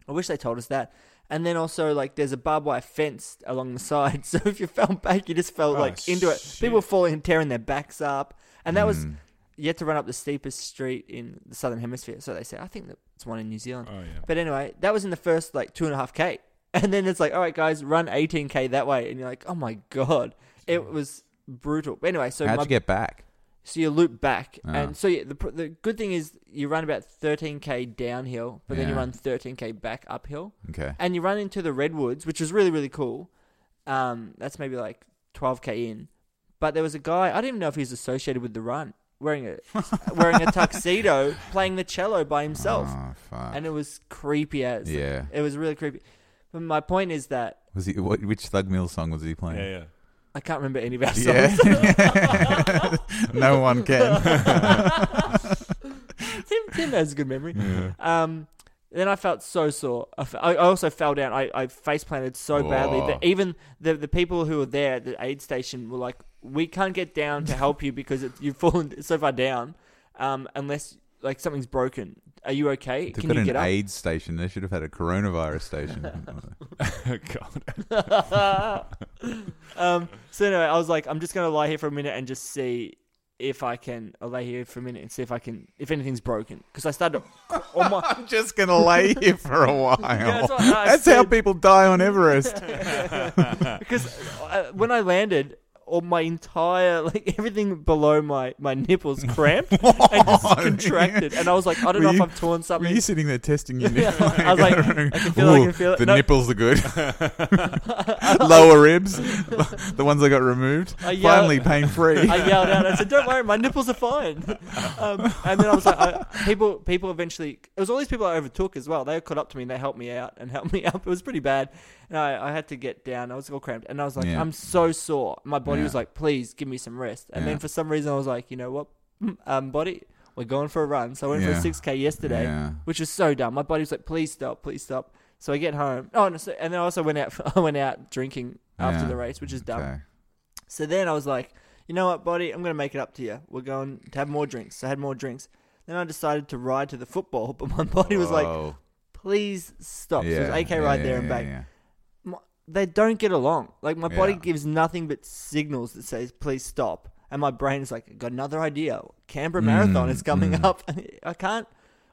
S6: I wish they told us that. And then also like there's a barbed wire fence along the side, so if you fell back, you just fell
S5: Oh,
S6: like into it.
S5: shit. Hmm.
S6: People were falling and tearing their backs up, and that was you had to run up the steepest street in the southern hemisphere. So they say, I think that's one in New Zealand.
S5: Oh yeah.
S6: But anyway, that was in the first like two and a half k, and then it's like, all right, guys, run eighteen k that way, and you're like, oh my god, it was brutal. But anyway, so
S4: How'd
S6: my,
S4: you get back?
S6: so you loop back,
S4: Ah.
S6: and so yeah, the pr- the good thing is you run about thirteen k downhill, but then you
S4: Yeah.
S6: run thirteen k back uphill,
S4: Okay.
S6: and you run into the redwoods, which was really really cool. Um, that's maybe like twelve k in, but there was a guy I didn't even know if he was associated with the run, wearing a wearing a tuxedo, playing the cello by himself,
S4: Oh, fuck.
S6: and it was creepy as
S4: yeah.
S6: it was really creepy. But my point is that
S4: Was he? What, which Thug Mill song was he
S5: Yeah,
S4: playing?
S5: yeah.
S6: I can't remember any of our songs.
S4: Yeah. no one can.
S6: Tim, Tim has a good memory. Um, then I felt so sore. I fe- I I also fell down. I, I face planted so badly
S4: Oh.
S6: that even the, the people who were there at the aid station were like, "We can't get down to help you because it, you've fallen so far down, um, unless like something's broken. Are you okay?
S4: They've
S6: Can
S4: got
S6: you
S4: an
S6: get up?"
S4: AIDS station. They should have had a coronavirus station.
S5: God.
S6: um, so anyway, I was like, I'm just gonna lie here for a minute and just see if I can. I'll lay here for a minute and see if I can, if anything's broken, because I started to, all my,
S4: I'm just gonna lay here for a while.
S6: that's
S4: that's
S6: what I
S4: how
S6: said.
S4: people die on Everest.
S6: because uh, when I landed, all my entire like everything below my my nipples cramped and just contracted, and I was like, I don't
S4: Oh, Were
S6: know
S4: you-
S6: if I've torn
S4: Were
S6: something.
S4: you sitting there testing your
S6: Yeah,
S4: nipples?
S6: I was like, I can feel it, I can feel it.
S4: The
S6: No.
S4: nipples are good. Lower ribs, the ones that got removed,
S6: I yelled-
S4: finally pain free.
S6: Uh, I yelled out. I said, "Don't worry, my nipples are fine." Um, and then I was like, I, "People, people eventually." It was all these people I overtook as well. They caught up to me and they helped me out and helped me up. It was pretty bad, and I, I had to get down. I was all cramped, and I was like,
S4: Yeah.
S6: "I'm so sore." My body
S4: Yeah.
S6: was like, "Please give me some rest." And then
S4: Yeah.
S6: for some reason, I was like, "You know what, um, body." We're going for a run, so I went for a
S4: Yeah.
S6: six k yesterday,
S4: Yeah.
S6: which was so dumb. My body was like, "Please stop, please stop." So I get home. Oh, no, so, and then I also went out. I went out drinking after
S4: Yeah.
S6: the race, which is dumb.
S4: Okay.
S6: So then I was like, you know what, buddy, I'm going to make it up to you. We're going to have more drinks. So I had more drinks. Then I decided to ride to the football, but my body was like,
S4: Whoa.
S6: please stop. so it was
S4: Yeah,
S6: 8K
S4: yeah,
S6: ride
S4: yeah,
S6: there and
S4: yeah,
S6: back.
S4: yeah.
S6: My, they don't get along. Like, my body
S4: Yeah.
S6: gives nothing but signals that says, please stop. And my brain is like, I got another idea.
S4: Hmm,
S6: Canberra Marathon is coming up. I can't.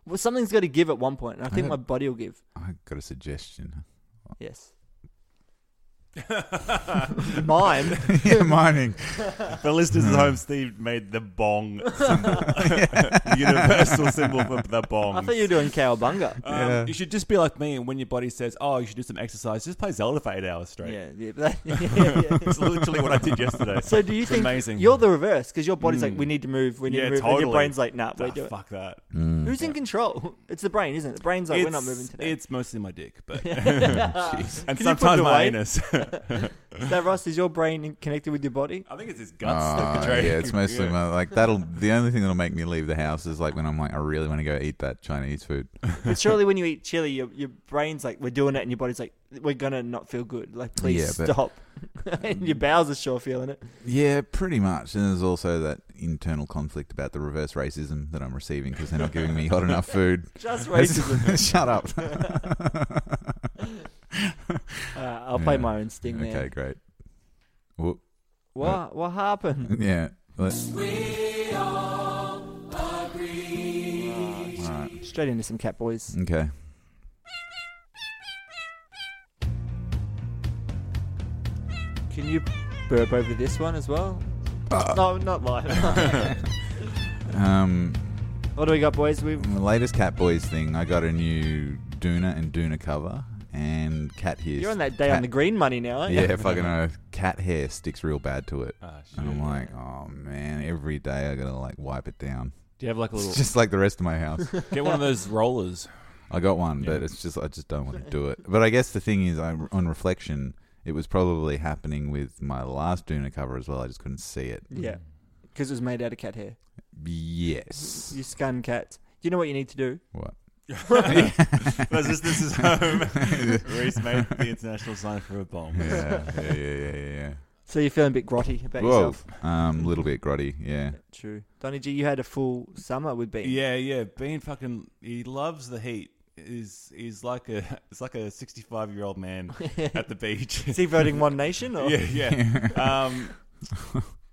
S6: Well, something's got to give at one point, and I think
S4: have-
S6: my body will give.
S4: I got a suggestion.
S6: Yes. Mine.
S4: yeah, mining.
S5: For listeners at home, Steve made the bong symbol, universal symbol for the bong.
S6: I thought you were doing cowabunga.
S5: Um,
S4: Yeah.
S5: You should just be like me, and when your body says, "Oh, you should do some exercise," just play Zelda for eight hours straight.
S6: yeah, yeah, but that- yeah, yeah.
S5: It's literally what I did yesterday.
S6: So do you
S5: It's
S6: think
S5: amazing. Hmm.
S6: you're the reverse because your body's like, we need to move, we need
S5: Yeah,
S6: to move, and your
S5: totally.
S6: brain's like, nah,
S5: Ah,
S6: we're doing.
S5: fuck that.
S6: Who's in control? It's the brain, isn't it? The brain's like, we're not
S5: It's-
S6: moving today.
S5: It's mostly my dick, but
S6: Jeez.
S5: and
S6: Can you put
S5: sometimes
S6: it
S5: my
S6: away?
S5: anus.
S6: Is that Ross? Is your brain in- connected with your body?
S5: I think it's his guts.
S4: Ah, yeah, it's mostly my like that'll. The only thing that'll make me leave the house is like when I'm like, I really want to go eat that Chinese food.
S6: But surely when you eat chili, your, your brain's like, we're doing it, and your body's like, we're gonna not feel good. Like,
S4: Yeah,
S6: please
S4: but-
S6: stop. and your bowels are sure feeling it.
S4: Yeah, pretty much. And there's also that internal conflict about the reverse racism that I'm receiving because they're not giving me hot enough food.
S6: Just
S4: That's-
S6: racism.
S4: Shut up.
S6: uh, I'll play
S4: Yeah.
S6: my own sting there.
S4: okay, great. Whoop.
S6: What? What happened?
S4: Yeah. let-
S6: Straight into some cat boys.
S4: Okay. Hmm.
S6: Can you burp over this one as well?
S4: Uh.
S6: no, not live.
S4: Um,
S6: what do we got, boys? We've
S4: the latest Cat Boys thing, I got a new Duna and Duna cover, and cat hair.
S6: you're on that day
S4: cat,
S6: on the green money now, aren't you?
S4: Yeah, fucking oath. uh, Cat hair sticks real bad to it.
S5: Ah, shit.
S4: And I'm like, oh man, every day I gotta like wipe it down.
S5: do you have like a little?
S4: It's just like the rest of my house.
S5: get one of those rollers.
S4: I got one, but
S5: Yeah.
S4: it's just I just don't want to do it. But I guess the thing is, I, on reflection, it was probably happening with my last Duna cover as well. I just couldn't see it.
S6: Yeah, because it was made out of cat hair.
S4: Yes.
S6: You scan cats. Do you know what you need to do?
S4: What?
S5: That's just this is home. Reese made the international sign for a bomb.
S4: Yeah, yeah, yeah, yeah, yeah.
S6: So you're feeling a bit grotty about
S4: Whoa,
S6: yourself.
S4: um, little bit grotty. Yeah,
S6: True. Donny G, you had a full summer with Bean.
S5: Yeah, yeah. Bean fucking he loves the heat. Is he's like a it's like a sixty five year old man at the beach.
S6: Is he voting One Nation? Or?
S5: yeah, yeah. um,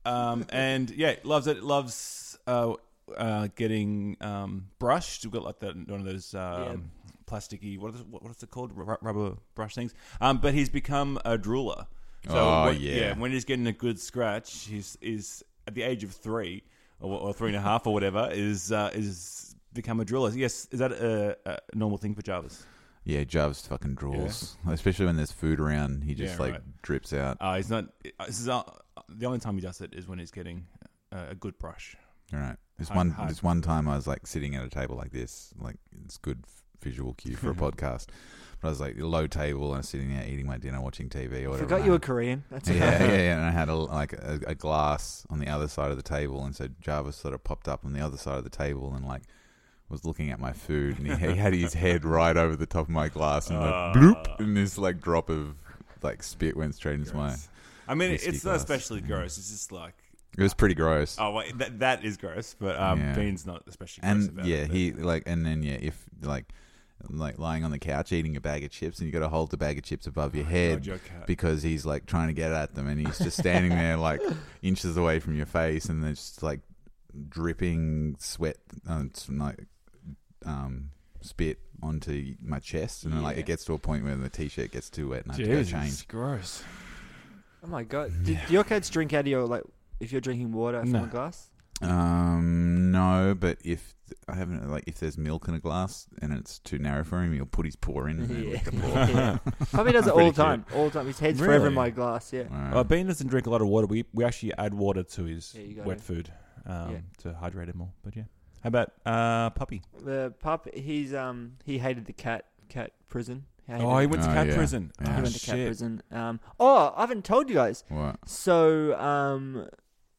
S5: um, and yeah, loves it. Loves uh, uh, getting um, brushed. We've got like that one of those um, plasticky. What is what, what is it called? Ru- rubber brush things. Um, but he's become a drooler. So
S4: Oh,
S5: when,
S4: yeah.
S5: When he's getting a good scratch, he's is at the age of three or, or three and a half or whatever is uh, is become a drooler. Yes, is that a, a normal thing for Jarvis?
S4: yeah. Jarvis fucking draws, especially when there's food around. He just
S5: Yeah,
S4: like
S5: right.
S4: drips out.
S5: Uh, he's not. This is uh, the only time he does it is when he's getting uh, a good brush.
S4: All right. This
S5: Hard-
S4: one,
S5: hard.
S4: this one time, I was like sitting at a table like this, like it's good f- visual cue for a podcast. But I was like low table, and I was sitting there eating my dinner, watching TV or whatever.
S6: Forgot
S4: and
S6: you
S4: I-
S6: were Korean. That's
S4: yeah, yeah, yeah. And I had a, like a, a glass on the other side of the table, and so Jarvis sort of popped up on the other side of the table and like was looking at my food, and he, he had his head right over the top of my glass, and like bloop, and this like drop of like spit went straight into my.
S5: I mean,
S4: Whiskey
S5: it's not
S4: glass.
S5: especially gross. It's just like,
S4: It was pretty gross.
S5: oh, wait, that that is gross. But um,
S4: Yeah.
S5: Bean's not especially gross
S4: and
S5: about
S4: yeah,
S5: it. but-
S4: he like, and then yeah, if like. Like lying on the couch eating a bag of chips, and you got to hold the bag of chips above your head
S5: God, your cat.
S4: because he's like trying to get at them, and he's just standing there like inches away from your face, and there's just like dripping sweat, um, s- like um, spit onto my chest, and then, like it gets to a point where the t-shirt gets too wet, and I have
S5: Jesus,
S4: to go
S5: it's
S4: change.
S5: gross.
S6: Oh my god. Did, do your cats drink out of your like? If you're drinking water from
S5: No.
S6: a glass,
S4: Um, no, but if I haven't like if there's milk in a glass and it's too narrow for him, he'll put his paw in. And then lick the paw.
S6: yeah. Puppy does it all
S4: Pretty
S6: the time. All the time. His head's forever in
S5: Really?
S6: my glass. Yeah.
S4: Wow.
S5: Well, Bean doesn't drink a lot of water. We we actually add water to his
S6: Yeah, you gotta-
S5: wet food um,
S6: Yeah.
S5: to hydrate it more. But yeah, how about uh, puppy?
S6: The pup. He's um. He hated the cat. Cat prison. hated
S5: Oh,
S6: it.
S5: he went to
S4: Oh,
S5: cat
S4: yeah.
S5: prison.
S4: Yeah.
S6: He
S5: Oh,
S6: went to cat
S5: shit.
S6: prison. Um. Oh, I haven't told you guys.
S4: What?
S6: So um,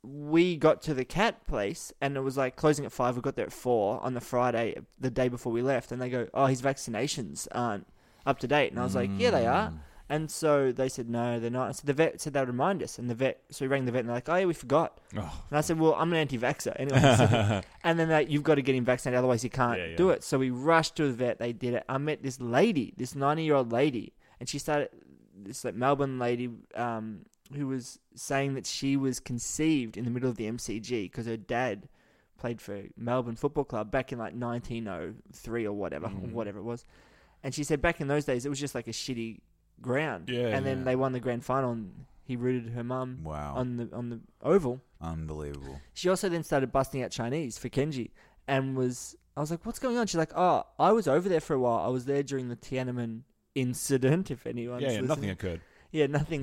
S6: we got to the cat place, and it was like closing at five. We got there at four on the Friday, the day before we left, and they go, "Oh, his vaccinations aren't up to date." And I was like, "Yeah, they are." And so they said, "No, they're not." And so the vet said they would remind us, and the vet. So we rang the vet, and they're like, "Oh, yeah, we forgot."
S5: Oh.
S6: And I said, "Well, I'm an anti-vaxxer anyway." So- and then like, you've got to get him vaccinated, otherwise you can't
S5: Yeah, yeah.
S6: do it. So we rushed to the vet. They did it. I met this lady, this 90 year old lady, and she started this like Melbourne lady um, who was saying that she was conceived in the middle of the MCG because her dad played for Melbourne Football Club back in like 1903 or whatever,
S5: Mm-hmm.
S6: or whatever it was. And she said back in those days it was just like a shitty ground.
S5: Yeah,
S6: and then
S5: yeah.
S6: they won the grand final and He rooted her mum
S4: Wow.
S6: on the on the oval.
S4: Unbelievable.
S6: She also then started busting out Chinese for Kenji and was I was like, What's going on? She's like, Oh, I was over there for a while. I was there during the Tiananmen incident, if anyone's
S5: Yeah, yeah
S6: listening.
S5: nothing Hmm. occurred.
S6: Yeah, nothing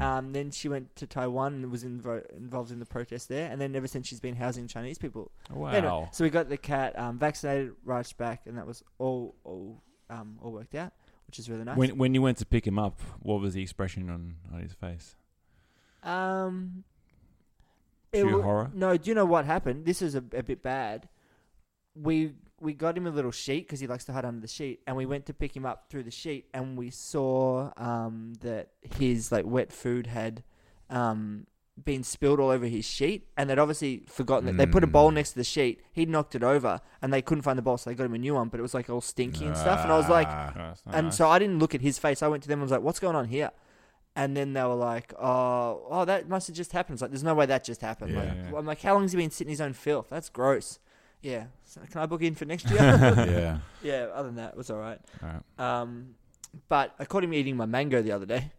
S4: Mm.
S6: Um, then she went to Taiwan and was invo- involved in the protest there. And then ever since she's been housing Chinese people.
S5: Wow.
S6: Anyway, so we got the cat um, vaccinated, rushed back, and that was all all um, all worked out, which is really nice.
S5: When when you went to pick him up, what was the expression on, on his face?
S6: um,
S5: Pure
S6: wa-
S5: horror?
S6: No, do you know what happened? This is a, a bit bad. We we got him a little sheet because he likes to hide under the sheet, and we went to pick him up through the sheet, and we saw um, that his like wet food had um, been spilled all over his sheet, and they'd obviously forgotten it. They put a bowl
S4: Mm.
S6: next to the sheet. He knocked it over, and they couldn't find the bowl, so they got him a new one. But it was like all stinky and stuff, and I was like,
S4: Ah.
S5: Oh, that's not
S6: and
S5: nice.
S6: so I didn't look at his face. I went to them and was like, "What's going on here?" And then they were like, "Oh, oh, that must have just happened." It's like, there's no way that just happened.
S4: Yeah.
S6: Like,
S5: Yeah.
S6: I'm like, "How long has he been sitting in his own filth? That's gross." Yeah. So can I book in for next year?
S4: yeah.
S6: yeah. Other than that, it was all right.
S5: All right.
S6: Um, but I caught him eating my mango the other day.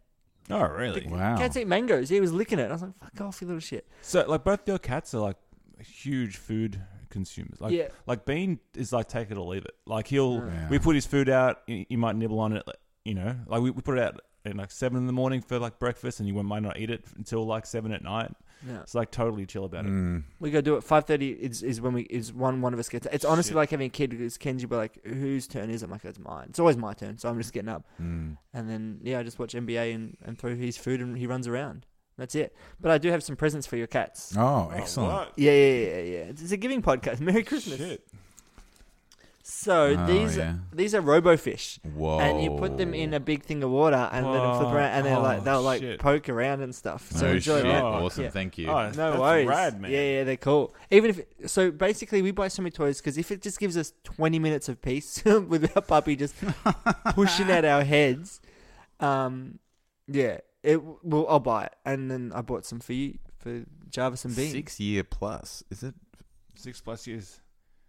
S5: Oh, really?
S4: Wow.
S6: Cats eat mangoes. He was licking it. I was like, "Fuck off, you little shit."
S5: So, like, both your cats are like huge food consumers. Like,
S6: Yeah.
S5: like Bean is like take it or leave it. Like, he'll
S4: Yeah.
S5: we put his food out. y- You might nibble on it. like, You know, like we, we put it out at like seven in the morning for like breakfast, and you might not eat it until like seven at night.
S6: Yeah.
S5: It's like totally chill about it.
S4: Mm.
S6: We go do it. Five thirty is, is when we is one one of us gets. It's honestly
S5: Shit.
S6: like having a kid because Kenji will be like, "Whose turn is it?" I'm like, "It's mine." It's always my turn, so I'm just getting up.
S4: Mm.
S6: And then yeah, I just watch NBA and, and throw his food and he runs around. That's it. But I do have some presents for your cats.
S4: Oh, excellent.
S6: Yeah, yeah, yeah, yeah, yeah. It's, it's a giving podcast. Merry Christmas.
S5: Shit.
S6: So
S4: Oh,
S6: these
S4: yeah. Oh.
S6: these are robofish.
S4: Whoa.
S6: And you put them in a big thing of water and let them flip
S5: Whoa.
S6: around and they're like
S5: Oh,
S6: they'll like
S5: shit.
S6: poke around and stuff. So
S4: oh,
S6: enjoy
S4: shit.
S6: that.
S5: Oh,
S4: Awesome.
S6: yeah.
S4: Thank you.
S5: Oh, that's
S6: No worries.
S5: rad, man.
S6: Yeah, yeah, they're cool. Even if so, basically, we buy so many toys because if it just gives us twenty minutes of peace with our puppy just pushing at our heads, um, yeah, it. Well, I'll buy it, and then I bought some for you for Jarvis and Bean.
S4: Six year plus. Is it?
S5: Six plus years.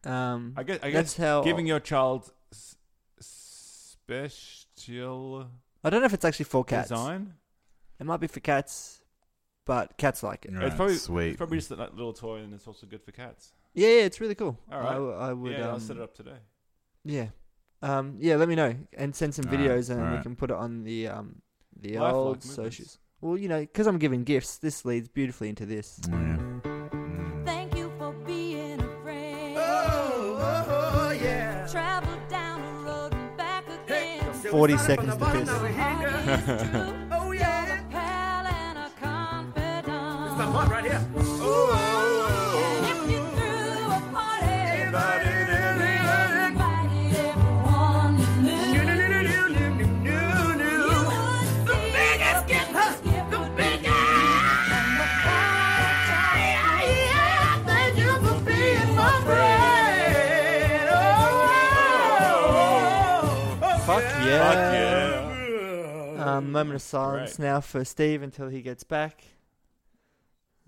S6: Um,
S5: I guess. I guess
S6: that's how.
S5: giving your child s- special
S6: I don't know if it's actually for cats.
S5: design.
S6: It might be for cats, but cats like it.
S4: Right,
S5: probably-
S4: sweet.
S5: It's probably just that little toy, and it's also good for cats.
S6: Yeah, yeah, it's really cool.
S5: All right.
S6: I w- I, would.
S5: yeah, I'll
S6: um,
S5: set it up today.
S6: Yeah. Um, yeah, let me know and send some
S4: All right,
S6: videos and
S4: all
S6: we
S4: right.
S6: can put it on the um, the
S5: Lifelike
S6: old
S5: movements.
S6: socials. Well, you know, because I'm giving gifts, this leads beautifully into this.
S4: Yeah. Mm.
S8: Thank you for being a friend.
S1: yeah.
S8: Travel down the road and back again.
S6: 40 seconds to piss.
S8: All is true.
S1: Oh, yeah.
S8: Pal and a confidant.
S1: Come on, right here.
S8: And
S1: Oh,
S8: if you threw a party,
S1: Invited everyone.
S8: invited everyone you
S1: New, new,
S8: knew.
S1: new, new, new, new, new, new.
S8: You would
S1: The
S8: see
S1: biggest
S8: the
S1: gift,
S8: biggest gift
S1: the
S8: would be
S1: biggest.
S8: and the pie chart would
S1: Thank you for being my friend. Oh, oh,
S6: Fuck
S1: yeah.
S6: yeah. Um, moment of silence
S5: Great.
S6: now for Steve until he gets back.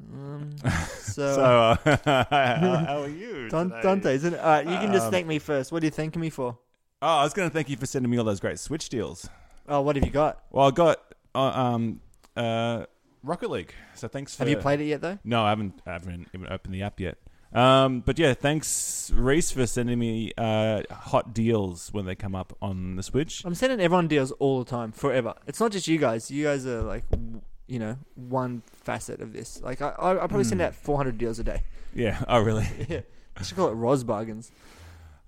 S6: Um, so,
S5: So, uh, how, how are you?
S6: Don-
S5: today?
S6: Dante, isn't it? All right, you can just
S5: Um,
S6: thank me first. What are you thanking me for?
S5: Oh, I was going to thank you for sending me all those great Switch deals.
S6: Oh, what have you got?
S5: Well, I got uh, um, uh, Rocket League. So thanks for.
S6: Have you played it yet, though?
S5: No, I haven't. I haven't even opened the app yet. Um, but yeah, thanks Reese for sending me uh, hot deals when they come up on the Switch.
S6: I'm sending everyone deals all the time, forever. It's not just you guys. You guys are like, w- you know, one facet of this. Like, I, I, I probably send
S5: Mm.
S6: out 400 deals a day.
S5: Yeah. Oh, really?
S6: yeah. I should call it Ros Bargains.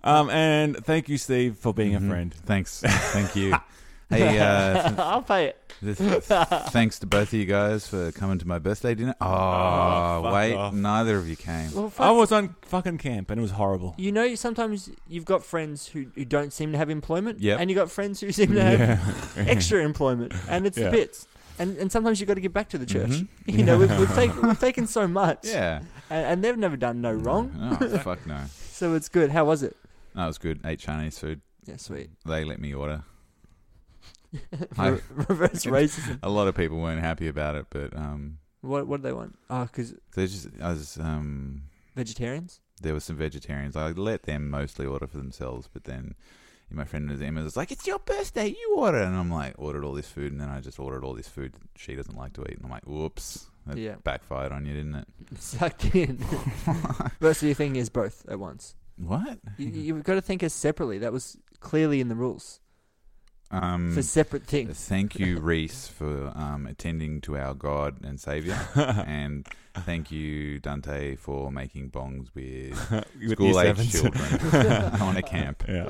S5: Um, and thank you, Steve, for being
S6: Mm-hmm.
S4: Mhm.
S5: a friend.
S4: Thanks. Thank you. hey, uh, th-
S6: I'll pay it.
S4: This, thanks to both of you guys for coming to my birthday dinner. Oh,
S5: Oh, fuck
S4: wait,
S5: off.
S4: neither of you came.
S6: Well, fuck.
S5: I was on fucking camp and it was horrible.
S6: you know, sometimes you've got friends who, who don't seem to have employment,
S4: Yep.
S6: and you got friends who seem to have extra employment, and it's the
S5: Yeah.
S6: bits. And, and sometimes you've got to give back to the church.
S4: Mhm.
S6: You know, we've, we've, taken, we've taken so much,
S4: Yeah.
S6: and, and they've never done no wrong,
S4: Oh, fuck no.
S6: so it's good. How was it?
S4: That was good. Ate Chinese food.
S6: Yeah, sweet.
S4: They let me order. I-
S6: Reverse racism.
S4: A lot of people weren't happy about it, but um,
S6: What what do they want? Oh, because
S4: there's just I was um,
S6: vegetarians.
S4: there were some vegetarians. I let them mostly order for themselves, but then my friend was Emma was like, "It's your birthday, you order," and I'm like, ordered all this food, and then I just ordered all this food that she doesn't like to eat, and I'm like, "Whoops." That
S6: Yeah.
S4: backfired on you, didn't it?
S6: Sucked in. Versus your thing is both at once.
S4: What?
S6: You, you've got to think as separately. That was clearly in the rules
S4: Um,
S5: Mm.
S6: for separate things.
S4: Thank you, Reese, for um, attending to our God and Savior, and thank you, Dante, for making bongs with
S5: With
S4: school
S5: year
S4: age
S5: sevens.
S4: children on a camp.
S5: Yeah.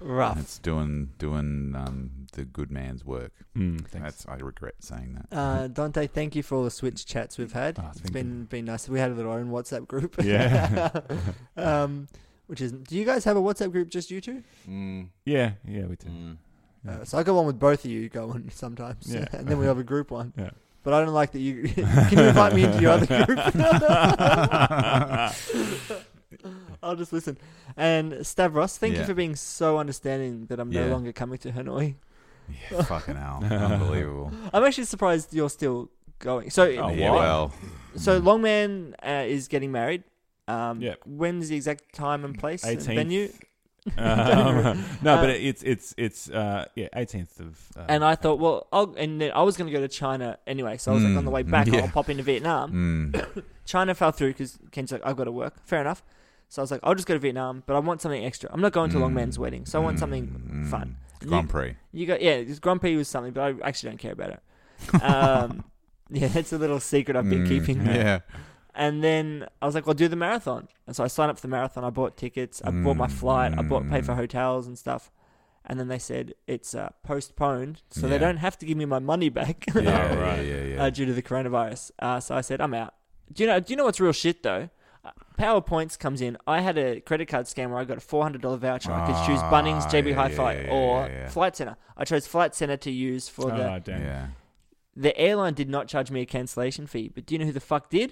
S6: Rough.
S4: It's doing doing um, the good man's work.
S5: Mm, thanks.
S4: That's I regret saying that.
S6: Uh, Dante, thank you for all the switch chats we've had.
S5: Oh,
S6: it's
S5: thank
S6: been been nice. We had a little own WhatsApp group.
S5: Yeah.
S6: um, which is, do you guys have a WhatsApp group just you two?
S9: Mm,
S5: Yeah. Yeah. We do.
S9: mm.
S5: Yeah.
S6: Uh, so I got one with both of you going sometimes,
S5: Yeah.
S6: and then we have a group one.
S5: Yeah.
S6: But I don't like that you. Can you invite me into your other group? I'll just listen. And Stavros, thank you
S4: Yeah.
S6: for being so understanding that I'm
S4: Yeah.
S6: no longer coming to Hanoi.
S4: Yeah, fucking hell, unbelievable.
S6: I'm actually surprised you're still going. So,
S5: Oh,
S4: yeah,
S5: wow. Mm-hmm.
S4: well,
S6: so Longman uh, is getting married. Um,
S5: Yep.
S6: When's the exact time and place and
S5: 18th.
S6: venue?
S5: Um, no, but it's it's it's uh yeah, eighteenth of. Uh,
S6: Uh, And I thought, well, I'll, and then I was going to go to China anyway. So I was like,
S4: Mm,
S6: on the way
S5: Mm-hmm.
S6: back,
S4: yeah.
S6: I'll pop into Vietnam.
S4: mm,
S6: China fell through because Ken's like, I've got to work. Fair enough. So I was like, I'll just go to Vietnam, but I want something extra. I'm not going to Longman's wedding, so I want something
S4: mm,
S6: fun. You-
S4: Grand Prix.
S6: You got yeah, this Grand Prix was something, but I actually don't care about it. Um, yeah, that's a little secret I've been
S4: Mm,
S6: keeping.
S4: Yeah,
S6: And then I was like, well, do the marathon. And so I signed up for the marathon. I bought tickets. I bought my
S4: Mm,
S6: flight. I bought paid
S4: mm.
S6: for hotels and stuff. And then they said it's uh, postponed, so they
S4: Yeah.
S6: don't have to give me my money back
S4: yeah, yeah,
S5: right.
S4: yeah, yeah.
S6: uh, due to the coronavirus. Uh, so I said, I'm out. Do you know? Do you know what's real shit though? Uh, PowerPoints comes in. I had a credit card scam where I got a four hundred dollar voucher. I could choose
S4: Ah,
S6: Bunnings, JB
S4: yeah,
S6: Hi-Fi,
S4: yeah, yeah,
S6: or
S4: yeah, yeah.
S6: Flight Center. I chose Flight Center to use for
S5: oh,
S6: the
S5: damn.
S4: yeah.
S6: the airline. Did not charge me a cancellation fee, but do you know who the fuck did?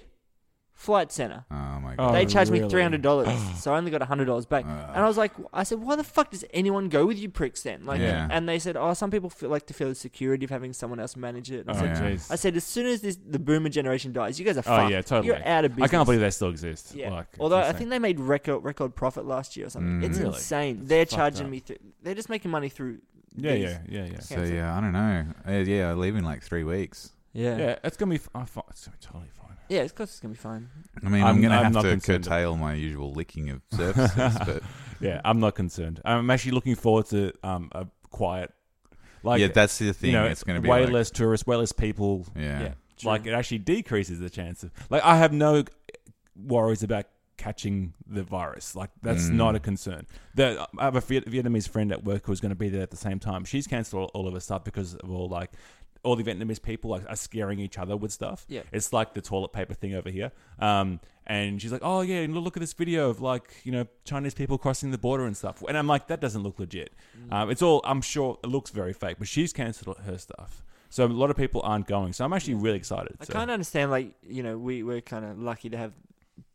S6: Flight Center.
S4: Oh my
S5: Oh,
S4: god. Uh,
S6: They charged me
S5: really?
S6: three hundred dollars, so I only got hundred dollars back. and I was like, I said, why the fuck does anyone go with you pricks then? Like,
S4: Yeah.
S6: and they said, oh, some people feel like to feel the security of having someone else manage it. And I
S5: Oh,
S6: said,
S4: Yeah.
S5: jeez.
S6: I said, as soon as this the boomer generation dies, you guys are
S5: Oh
S6: fucked.
S5: yeah, totally.
S6: You're out of business.
S5: I can't believe they still exist.
S6: Yeah.
S5: Like, it's
S6: Although I
S5: insane.
S6: think they made record record profit last year or something.
S4: Mm.
S6: It's
S5: Really?
S6: insane. They're
S5: fucked
S6: charging
S5: up.
S6: me. Th- they're just making money through.
S5: Yeah,
S6: these-
S5: yeah, yeah, yeah.
S4: so yeah, I don't know. Uh, yeah, I leave in like three weeks.
S6: Yeah. Yeah.
S5: Yeah, it's gonna be. F- I thought it's gonna be totally fine.
S6: It's, of course it's gonna be fine.
S4: I mean,
S5: I'm-
S4: I'm, going to
S5: I'm
S4: have
S5: not
S4: to
S5: concerned.
S4: curtail my usual licking of surfaces, but
S5: Yeah, I'm not concerned. I'm actually looking forward to um a quiet, like
S4: yeah, that's the thing.
S5: you know,
S4: it's going to be
S5: way
S4: like,
S5: less tourists, way less people.
S4: Yeah.
S6: True.
S5: like it actually decreases the chance of like I have no worries about catching the virus. Like that's
S4: Mm.
S5: not a concern. The, I have a Viet- Vietnamese friend at work who's going to be there at the same time. She's cancelled all, all of her stuff because of all like all the Vietnamese people like are scaring each other with stuff.
S6: Yeah.
S5: it's like the toilet paper thing over here. Um, and she's like, oh yeah, and look at this video of like you know Chinese people crossing the border and stuff. And I'm like, that doesn't look legit. Um, it's all I'm sure it looks very fake, but she's cancelled her stuff. So a lot of people aren't going. So I'm actually really excited.
S6: I
S5: So-
S6: kind of understand. Like you know, we we're kind of lucky to have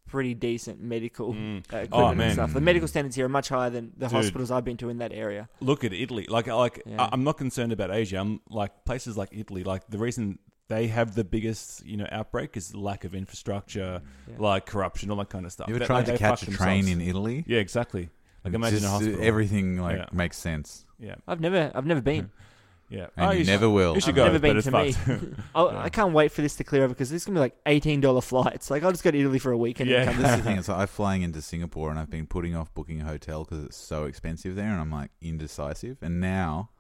S6: pretty decent medical.
S5: Mm.
S6: Uh, equipment
S5: Oh,
S6: and
S5: man.
S6: stuff. The medical standards here are much higher than the
S5: Dude.
S6: hospitals I've been to in that area.
S5: look at Italy. Like, like
S6: Yeah.
S5: I, I'm not concerned about Asia. I'm like places like Italy. Like the reason they have the biggest, you know, outbreak is lack of infrastructure,
S6: Yeah.
S5: like corruption, all that kind of stuff.
S4: You ever
S5: They-
S4: tried to
S5: they- they
S4: catch a
S5: fuck
S4: train
S5: themselves.
S4: in Italy?
S5: Yeah, exactly. Like imagine a
S4: Just, uh,
S5: hospital.
S4: Everything like
S5: Yeah.
S4: makes sense,
S5: yeah,
S6: I've never I've never been.
S5: yeah.
S4: and
S5: Oh,
S4: you
S5: should-
S4: never will.
S5: You should
S6: I've
S5: go.
S6: never been
S5: but
S6: to
S5: it's fucked.
S6: I'll,
S5: Yeah.
S6: I can't wait for this to clear over because it's gonna be like eighteen dollar flights. Like I'll just go to Italy for a weekend.
S5: Yeah.
S6: And come
S4: That's the thing. It's like I'm flying into Singapore, and I've been putting off booking a hotel because it's so expensive there, and I'm like indecisive. And now,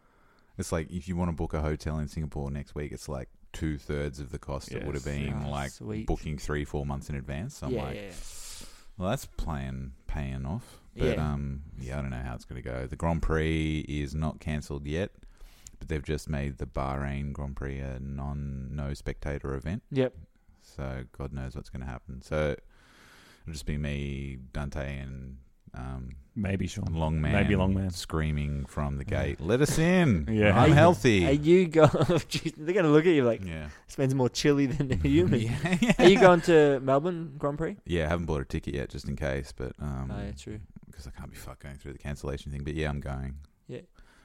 S4: it's like if you want to book a hotel in Singapore next week, it's like two thirds of the cost it would have
S5: Yes.
S4: been
S6: Oh,
S4: like
S6: sweet.
S4: booking three, four months in advance. So I'm
S6: yeah,
S4: like,
S6: yeah, yeah.
S4: Well, that's playing paying off, but
S6: Yeah.
S4: um, yeah, I don't know how it's going to go. The Grand Prix is not cancelled yet, but they've just made the Bahrain Grand Prix a non no spectator event.
S6: Yep.
S4: So God knows what's going to happen. So it'll just be me, Dante, and um,
S5: Maybe Sean.
S4: Long Man,
S5: Maybe Long Man.
S4: screaming from the gate, "Let us in!
S5: Yeah.
S4: I'm
S6: Are you-
S4: healthy."
S6: Are you going? they're going to look at you like
S4: yeah,
S6: this man's more chilly than a human.
S4: yeah,
S6: Are you going to Melbourne Grand Prix? Oh,
S4: yeah. I haven't bought a ticket yet, just in case, but um,
S6: true.
S4: because I can't be fuck going through the cancellation thing. But yeah, I'm going.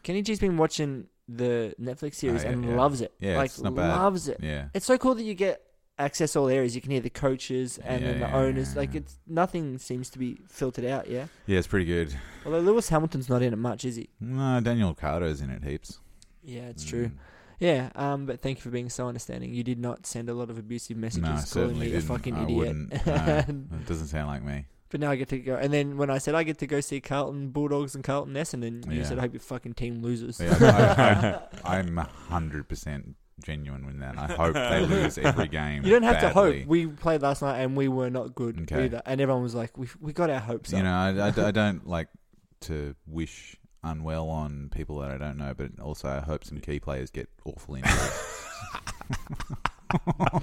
S6: Kenny G's been watching the Netflix series
S4: yeah,
S6: and
S4: Oh, yeah.
S6: loves it.
S4: Yeah,
S6: like
S4: it's not bad.
S6: loves it.
S4: Yeah.
S6: It's so cool that you get access all areas. You can hear the coaches and
S4: Yeah,
S6: then the
S4: yeah,
S6: owners.
S4: yeah.
S6: Like it's nothing seems to be filtered out. Yeah.
S4: Yeah, it's pretty good.
S6: Although Lewis Hamilton's not in it much, is he?
S4: No, Daniel Carter's in it heaps.
S6: Yeah, it's true.
S4: Mm.
S6: Yeah, um, but thank you for being so understanding. You did not send a lot of abusive messages
S4: No, I
S6: calling
S4: certainly
S6: me a
S4: didn't.
S6: fucking
S4: I
S6: idiot.
S4: wouldn't. No, it doesn't sound like me.
S6: but now I get to go. And then when I said I get to go see Carlton Bulldogs and Carlton Essendon, you
S4: Yeah.
S6: said I hope your fucking team loses.
S4: Yeah, no, I, I'm hundred percent genuine in that. I hope they lose every game.
S6: You don't have to
S4: badly.
S6: hope. We played last night and we were not good
S4: Okay.
S6: either. And everyone was like, we we got our hopes up.
S4: You know, I, I- I don't like to wish unwell on people that I don't know, but also I hope some key players get awful injuries.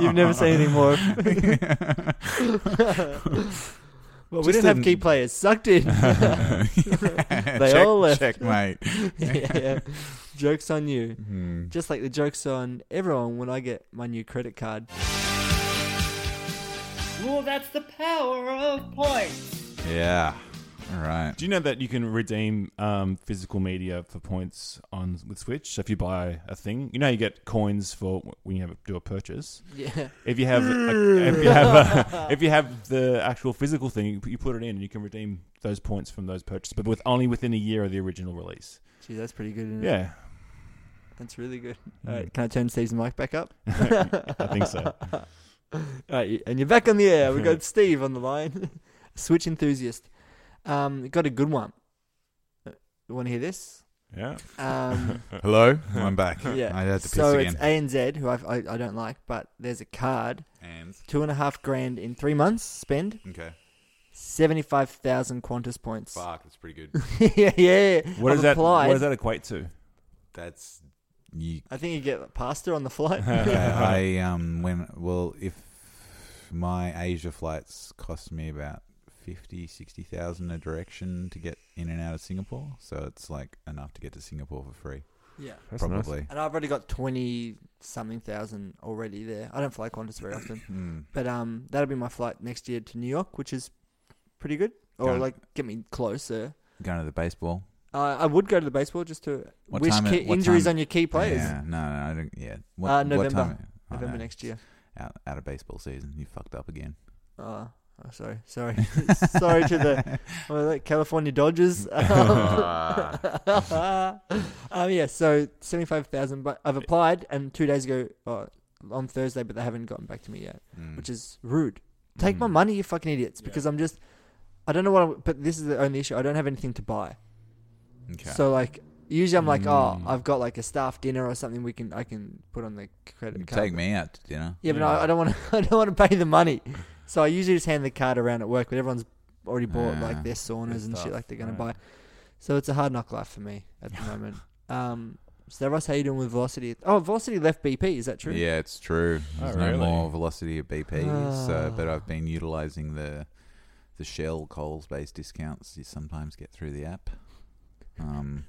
S6: You've never seen anything more. well,
S4: Just
S6: we didn't have
S4: didn't-
S6: key players sucked in.
S4: they
S6: They all left.
S4: Checkmate.
S6: yeah. Joke's on you.
S4: Hmm.
S6: Just like the joke's on everyone when I get my new credit card.
S9: Well, that's the power of points.
S4: Yeah. All right.
S5: Do you know that you can redeem um, physical media for points on with Switch? So if you buy a thing, you know you get coins for when you have, do a purchase.
S6: Yeah.
S5: If you have, a, if you have, a, if you have the actual physical thing, you put- you put it in, and you can redeem those points from those purchases, but with only within a year of the original release.
S6: Gee, that's pretty good. Isn't it?
S5: Yeah,
S6: That's really good.
S5: Mm.
S4: Hmm.
S6: All right. Can I turn Steve's mic back up?
S5: I think so.
S6: All right, and you're back on the air. We've got Steve on the line, Switch enthusiast. Um, got a good one. Uh, You want to hear this?
S5: Yeah.
S6: Um,
S4: Hello, I'm back.
S6: yeah.
S4: I had to piss
S6: so
S4: again.
S6: it's ANZ, who I've, I, I don't like, but there's a card,
S4: And
S6: two and a half grand in three months spend,
S4: okay,
S6: 75,000 Qantas points.
S4: fuck, that's pretty good.
S6: yeah, yeah.
S5: What
S6: I've
S5: does that?
S6: applied.
S5: What does that equate to?
S4: That's you.
S6: I think you get pasta on the flight.
S4: I um when well if my Asia flights cost me about fifty sixty thousand a direction to get in and out of Singapore, so it's like enough to get to Singapore for free,
S6: yeah.
S4: probably.
S6: And I've already got 20 something thousand already there. I don't fly Qantas very often.
S4: Hmm.
S6: But um, that'll be my flight next year to New York, which is pretty good, or
S4: Got it.
S6: like get me closer.
S4: Going to the baseball.
S6: Uh, I would go to the baseball just to
S4: What
S6: wish
S4: time it-
S6: key,
S4: what
S6: injuries
S4: time-
S6: on your key players.
S4: Yeah, no, no, I don't. Yeah, what,
S6: Uh,
S4: what
S6: November.
S4: time- oh,
S6: November
S4: no.
S6: next year.
S4: Out, out of baseball season, you fucked up again.
S6: Oh, oh, sorry, sorry, sorry to the what are they, California Dodgers. um, yeah, so seventy-five thousand. But I've applied, and two days ago, oh, on Thursday, but they haven't gotten back to me yet,
S4: Mm.
S6: which is rude. Take my
S4: Mm.
S6: money, you fucking idiots, because I'm just, I don't know what. I'm, but this is the only issue. I don't have anything to buy.
S4: Okay.
S6: So like usually I'm like, oh,
S5: Mm.
S6: I've got like a staff dinner or something we can I can put on the credit
S4: You
S6: card.
S4: take me out to dinner.
S6: Yeah, but I, I don't want to I don't want to pay the money. So I usually just hand the card around at work, but everyone's already bought
S4: Ah,
S6: like their saunas and shit
S5: stuff,
S6: like they're gonna
S5: right.
S6: buy. So it's a hard knock life for me at the moment. Um, so Russ, how you doing with Velocity? Oh, Velocity left BP. Is that true?
S4: Yeah, it's true.
S5: Oh,
S4: There's
S5: really?
S4: no more velocity at BP, so but
S6: Ah.
S4: I've been utilizing the the Shell Coles based discounts you sometimes get through the app. Um,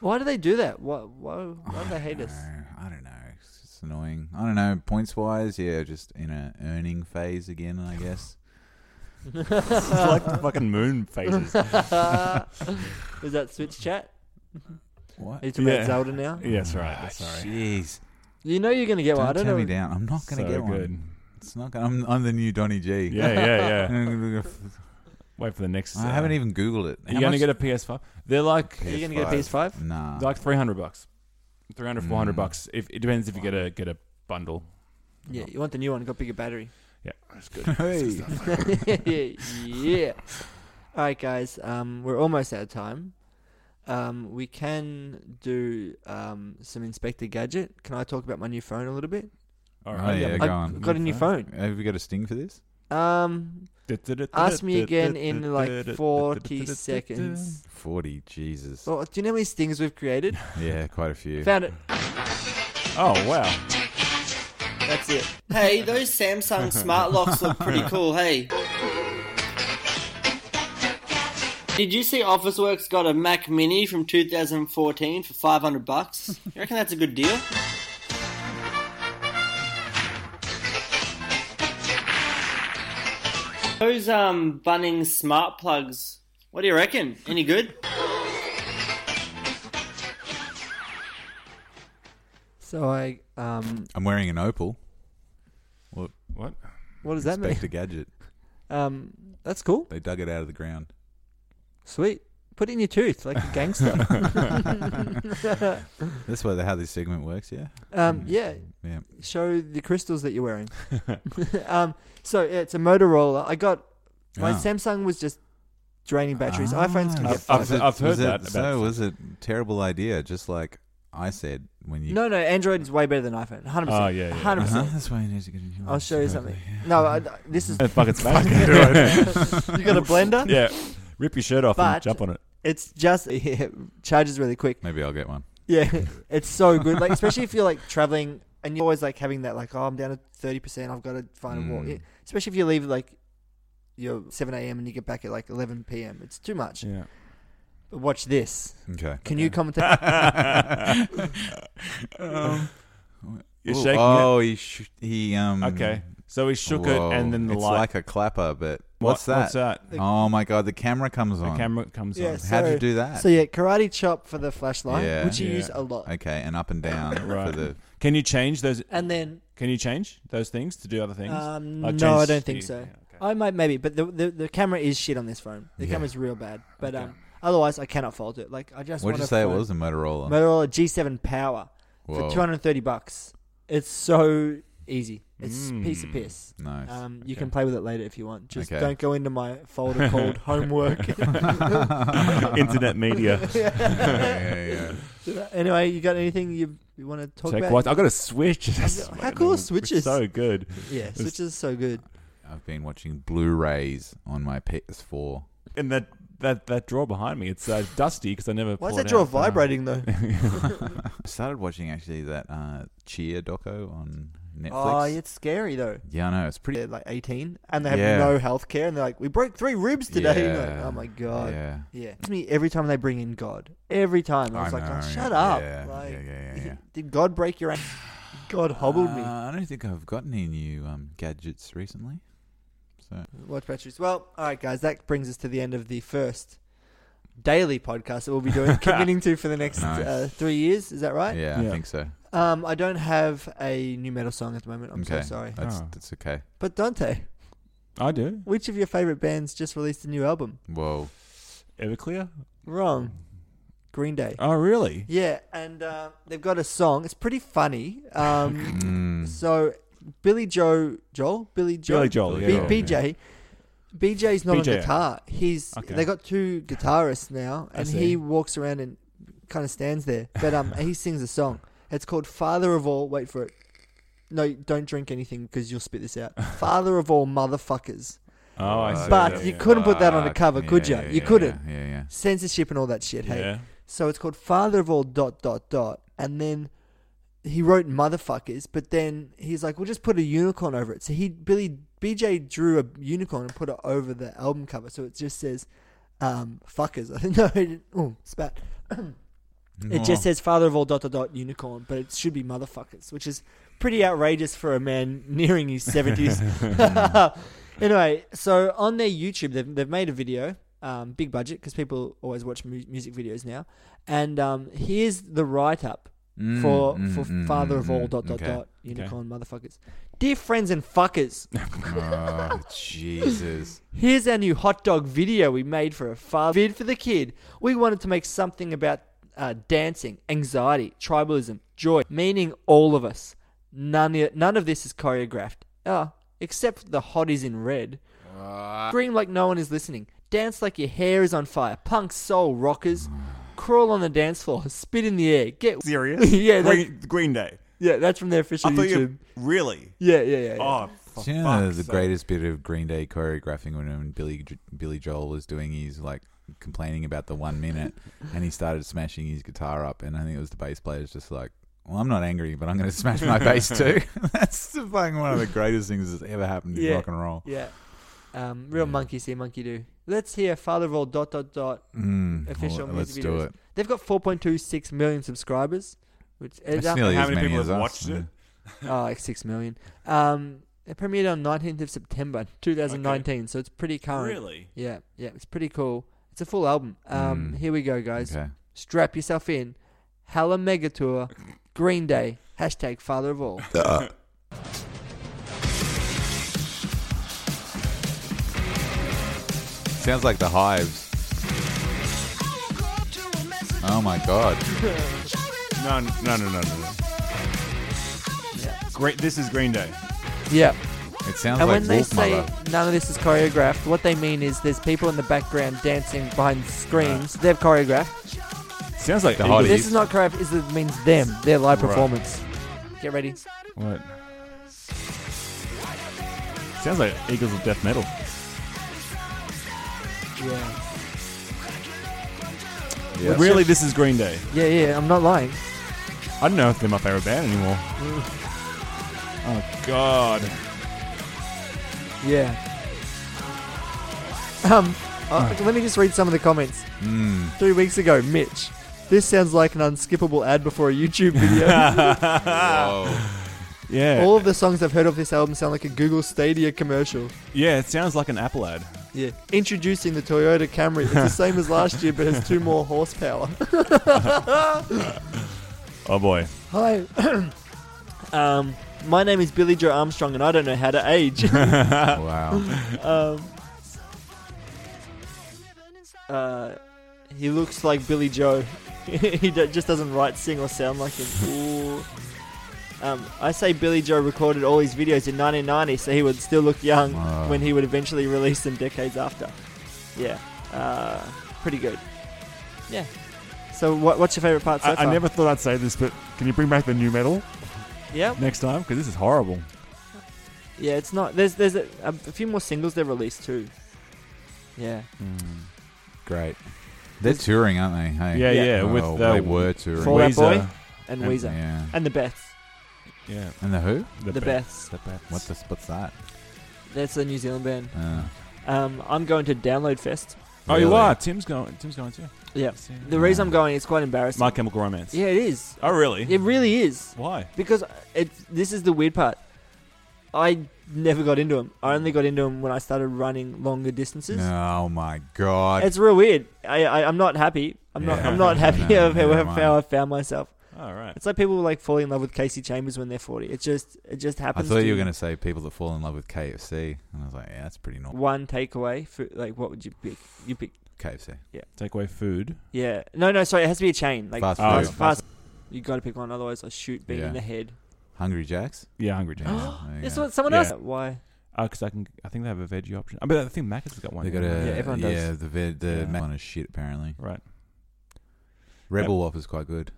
S6: Why do they do that? Why why, why do they hate us?
S4: no, I don't know. It's, it's annoying. I don't know. Points wise, yeah, just in a earning phase again, I guess.
S5: It's like the fucking moon phases.
S6: Was that Switch chat?
S4: What?
S6: Are you talking
S5: Yeah.
S6: about Zelda now?
S5: yes, right. That's
S4: Ah,
S5: all right.
S4: Jeez,
S6: You know you're gonna get
S4: don't,
S6: one. Oh, I don't
S4: turn
S6: know.
S4: me down. I'm not gonna
S5: so
S4: get
S5: good.
S4: one. It's not gonna. I'm, I'm the new Donny G.
S5: Yeah, yeah, yeah.
S4: I
S5: Wait for the next. uh,
S4: haven't even Googled it.
S5: Are you going to get a PS5? They're like
S6: Are you gonna get a PS5?
S4: Nah.
S5: they're like 300 bucks. 300 400
S4: Mm.
S5: bucks. If it depends if you get a get a bundle.
S6: Yeah, you want the new one, got bigger battery.
S5: Yeah, that's good.
S4: Hey.
S6: yeah. All right, guys. Um, we're almost out of time. Um, we can do um some Inspector Gadget. Can I talk about my new phone a little bit?
S5: All
S4: Oh, yeah,
S6: I
S4: go on.
S6: got a new phone.
S4: Have we got a sting for this?
S6: Um, ask me again in like forty seconds.
S4: 40, Jesus.
S6: Oh, do you know how many stings we've created?
S4: Yeah, quite a few.
S6: Found it.
S5: Oh, wow.
S6: That's it.
S9: Hey, those Samsung smart locks look pretty cool, hey. Did you see Officeworks got a Mac Mini from 2014 for 500 bucks? You reckon that's a good deal? Those um Bunnings smart plugs, what do you reckon? Any good?
S6: So I um um,
S4: I'm wearing an opal. What?
S5: What?
S6: What does that mean?
S4: Inspector Gadget.
S6: Um, that's cool.
S4: They dug it out of the ground.
S6: Sweet. Put it in your tooth like a gangster.
S4: That's why how this segment works. Yeah.
S6: um, yeah,
S4: Yeah.
S6: show the crystals that you're wearing. um, so yeah, it's a Motorola. I got my
S4: Ah.
S6: Samsung was just draining batteries. iPhones can
S4: Ah.
S6: get
S5: I've- I've-
S6: fucked.
S4: Was it-
S5: I've heard
S4: was it-
S5: that about
S4: so was it terrible idea? Just like I said when you.
S6: No, no, Android is way better than iPhone. 100%.
S5: Oh, yeah, Uh-huh. yeah.
S6: 100%.
S4: Uh-huh, That's why you need to get a new one.
S6: I'll show you something. No, I, this is.
S5: Fuck, it's magic.
S6: you got a blender?
S5: yeah. Rip your shirt off
S6: But-
S5: and jump on it.
S6: It's just yeah, charges really quick.
S4: Maybe I'll get one.
S6: Yeah, it's so good. Like especially if you're like traveling and you're always like having that like oh I'm down to thirty percent. I've got to find a
S4: Mm.
S6: walk. Especially if you leave like your seven a.m. and you get back at like eleven p.m. It's too much.
S5: Yeah.
S6: But watch this.
S4: Okay.
S6: Can you comment?
S4: um,
S5: You're shaking it.
S4: oh, he sh- he um.
S5: Okay. So he shook
S4: whoa.
S5: it and then the
S4: it's
S5: light.
S4: like a clapper, but
S5: What-
S4: what's that?
S5: What's that?
S4: Oh my god, the camera comes
S5: The
S4: on.
S5: camera comes
S6: Yes.
S4: How would
S6: So-
S4: you do that?
S6: so yeah, karate chop for the flashlight,
S4: Yeah.
S6: which you
S5: Yeah.
S6: use a lot,
S4: okay, and up and down
S5: Right.
S4: for the.
S5: on. Can you change those?
S6: and then
S5: Can you change those things to do other things?
S6: um,
S5: Like
S6: no, I
S5: change-
S6: don't think
S5: yeah,
S6: so.
S5: okay.
S6: I might maybe, but the, the the camera is shit on this phone. The
S4: Yeah.
S6: camera's real bad, but um, otherwise I cannot fault it. Like I just
S4: What did
S6: want
S4: you say
S6: a
S4: it
S6: phone-
S4: was? A Motorola.
S6: Motorola G7 Power
S4: Whoa.
S6: for 230 bucks. It's so easy. It's
S5: Mm.
S6: piece of piss.
S4: Nice.
S6: Um, you
S5: Okay.
S6: can play with it later if you want. Just
S4: Okay.
S6: don't go into my folder called homework.
S5: Internet media.
S4: yeah, yeah, yeah.
S6: anyway, you got anything you, you want to talk
S5: Check
S6: about?
S5: what? I got a switch.
S6: How cool are switches?
S5: So good.
S6: Yeah, Switch is so good.
S4: I've been watching Blu-rays on my PS4.
S5: And that that that drawer behind me, it's uh, dusty because I never.
S6: Why is
S5: pull
S6: that
S5: it
S6: drawer
S5: out.
S6: vibrating though?
S4: I started watching actually that uh, Cheer doco on Netflix.
S6: Oh, it's scary though.
S4: Yeah, I know it's pretty.
S6: They're like 18 and they have
S4: Yeah.
S6: no health care and they're like, we broke three ribs today. You're like,
S4: Yeah.
S6: oh my god. Yeah.
S4: Yeah.
S6: It's me every time they bring in God. Every time. I was like, oh,
S4: know,
S6: shut
S4: yeah,
S6: up.
S4: Yeah,
S6: Like,
S4: yeah, yeah, yeah, yeah.
S6: Did God break your Ah, ass? God hobbled me.
S4: Uh, I don't think I've got any new um, gadgets recently. So
S6: Watch batteries. Well, all right, guys, that brings us to the end of the first daily podcast that we'll be doing, committing to for the next
S4: Nice.
S6: uh, three years. Is that right?
S4: yeah,
S5: Yeah.
S4: I think so.
S6: Um, I don't have a new metal song at the moment. I'm
S4: okay,
S6: so sorry.
S4: That's
S5: Oh.
S4: that's okay.
S6: But Dante,
S5: I do.
S6: which of your favorite bands just released a new album?
S4: Whoa.
S5: Everclear.
S6: Wrong. Green Day.
S5: Oh, really?
S6: Yeah, and uh, they've got a song. It's pretty funny. Um,
S4: Mm.
S6: so Billy Joe Joel, Billy Joe,
S5: Billy Joel.
S4: Billy
S5: yeah.
S6: B-
S4: Joel.
S5: yeah.
S6: BJ. BJ's not
S5: BJ.
S6: on guitar. He's
S5: Okay.
S6: they got two guitarists now,
S5: I
S6: and
S5: see.
S6: he walks around and kind of stands there. But um, he sings a song. It's called "Father of All." Wait for it. No, don't drink anything because you'll spit this out. Father of all motherfuckers.
S5: Oh, I see.
S6: But
S5: yeah,
S6: you
S5: yeah.
S6: couldn't put that on the
S4: Fuck,
S6: cover,
S4: yeah,
S6: could you?
S4: yeah,
S6: You
S4: yeah,
S6: couldn't.
S4: Yeah, yeah.
S6: Censorship and all that shit. Hey,
S5: Yeah.
S6: so it's called Father of All dot dot dot, and then he wrote motherfuckers, but then he's like, we'll just put a unicorn over it. So he Billy BJ drew a unicorn and put it over the album cover, so it just says um, fuckers. I think no, it- oh, spat.
S4: Mm-hmm.
S6: It just says Father of All dot dot dot unicorn, but it should be motherfuckers, which is pretty outrageous for a man nearing his seventies. anyway, so on their YouTube, they've they've made a video, um, big budget because people always watch mu- music videos now, and um, here's the write up
S4: Mm,
S6: for
S4: mm,
S6: for
S4: mm,
S6: Father
S4: mm,
S6: of All
S4: mm.
S6: dot dot
S4: Okay.
S6: dot unicorn motherfuckers, dear friends and fuckers.
S4: Oh, Jesus.
S6: Here's our new hot dog video we made for a far vid for the kid. We wanted to make something about uh, dancing, anxiety, tribalism, joy, meaning all of us. None, i- none of this is choreographed. Ah, except the hotties in red.
S2: Ah.
S6: Scream like no one is listening. Dance like your hair is on fire. Punk soul rockers. Crawl on the dance floor. Spit in the air. Get
S2: Serious?
S6: yeah, that-
S2: Green, Green Day.
S6: yeah, that's from their official
S2: I thought
S6: YouTube.
S2: you really.
S6: Yeah, yeah, yeah. yeah.
S2: Oh, for
S4: Do you know
S2: fuck's
S4: the
S2: sake.
S4: greatest bit of Green Day choreographing when, when Billy Billy Joel was doing his like complaining about the one minute, and he started smashing his guitar up, and I think it was the bass player's just like, "Well, I'm not angry, but I'm going to smash my bass too." That's the fucking one of the greatest things that's ever happened in
S6: Yeah.
S4: rock and roll.
S6: Yeah. Um, real
S4: Yeah.
S6: monkey see, monkey do. Let's hear Father of all dot dot dot.
S4: Mm,
S6: Official
S4: well, let's
S6: music
S4: do
S6: videos.
S4: it.
S6: They've got 4.26 million subscribers, which adds
S4: It's
S6: up
S4: nearly
S2: How
S4: as
S2: many
S4: many
S2: people
S4: as
S2: have
S4: us.
S2: watched it?
S6: oh, like 6 million. Um, it premiered on 19th of September 2019, so it's pretty current.
S5: Really?
S6: Yeah, yeah, it's pretty cool. It's a full album. Um,
S4: Mm.
S6: Here we go, guys.
S4: Okay.
S6: Strap yourself in. Hella Mega Tour, Green Day, hashtag Father of All.
S4: sounds like the hives. Oh my god.
S5: No, no, no, no, no. no. Great. This is Green Day.
S6: Yeah.
S4: It sounds
S6: And
S4: like
S6: when they
S4: Wolf
S6: say
S4: Mother.
S6: none of this is choreographed, what they mean is there's people in the background dancing behind screens. They've choreographed.
S5: Sounds like
S4: The
S5: Eagles.
S4: hotties.
S6: This is not choreographed. Is it means them, their live
S5: Right.
S6: performance. Get ready.
S5: What? Sounds like Eagles of Death Metal.
S6: Yeah.
S4: Yeah.
S5: Really, this is Green Day.
S6: Yeah, yeah. I'm not lying.
S5: I don't know if they're my favorite band anymore. oh God.
S6: Yeah. Um, uh, let me just read some of the comments.
S4: Hmm.
S6: Three weeks ago, Mitch. This sounds like an unskippable ad before a YouTube video.
S4: Whoa.
S5: Yeah.
S6: All of the songs I've heard of this album sound like a Google Stadia commercial.
S5: yeah, it sounds like an Apple ad.
S6: Yeah. Introducing the Toyota Camry. It's the same as last year, but has two more horsepower.
S5: Oh boy.
S6: Hi. um, my name is Billy Joe Armstrong, and I don't know how to age.
S4: wow.
S6: um, uh, he looks like Billy Joe. he do- just doesn't write, sing, or sound like him. Ooh. Um, I say Billy Joe recorded all his videos in 1990, so he would still look young
S4: Wow.
S6: when he would eventually release them decades after. Yeah, uh, pretty good. Yeah. So, what, what's your favorite part so
S5: I, I
S6: far?
S5: never thought I'd say this, but can you bring back the new metal
S6: Yeah,
S5: next time? Because this is horrible.
S6: yeah. It's not. There's there's a, a few more singles they released too. Yeah.
S4: Great. They're touring, aren't they? Hey.
S5: Yeah, yeah.
S4: Oh,
S5: with uh,
S4: they were touring.
S6: Fall Out
S5: Weezer.
S6: Boy and
S5: And-
S6: Weezer
S4: Yeah.
S6: and the Beths.
S5: Yeah.
S4: And the who?
S6: The,
S5: Be-
S6: Beths.
S5: The Beths.
S4: What the what's that?
S6: That's a New Zealand band.
S4: Uh,
S6: Um, I'm going to Download Fest.
S5: Oh, you
S4: really?
S5: are. Tim's going. Tim's going too.
S6: Yeah.
S5: See.
S6: The reason I'm going is quite embarrassing.
S5: My Chemical Romance.
S6: yeah, it is.
S5: Oh, really?
S6: It really is
S5: Why?
S6: because it. This is the weird part. I never got into them. I only got into them when I started running longer distances.
S4: Oh my god.
S6: It's real weird. I, I I'm not happy. I'm not
S4: Yeah.
S6: I'm not happy
S4: No,
S6: of how,
S4: never
S6: of
S4: mind.
S6: how I found myself.
S5: All right.
S6: It's like people like falling in love with Casey Chambers when they're 40. It just it just
S4: I
S6: happens.
S4: thought
S6: to
S4: you were gonna say people that fall in love with KFC, and I was like, yeah, that's pretty normal.
S6: one takeaway. For, like what would you pick? You pick
S4: KFC.
S5: Take away food.
S6: Yeah. No, no, sorry. It has to be a chain. Like
S4: Fast
S6: fast,
S4: food.
S6: fast, You got to pick one, otherwise I shoot being
S4: Yeah.
S6: in the head.
S4: Hungry Jacks.
S5: Yeah, Hungry
S4: Yeah,
S5: Jack's.
S4: there you
S6: This
S4: go.
S6: what someone
S5: Yeah.
S6: else. Why?
S5: Because I can. I think they have a veggie option. I mean, I think Mac has got one.
S4: They got a
S5: yeah.
S6: Yeah,
S4: yeah,
S6: everyone does.
S4: the vid, the
S5: Yeah.
S4: Mac one is shit apparently.
S5: Right.
S4: Rebel Whopper's quite good.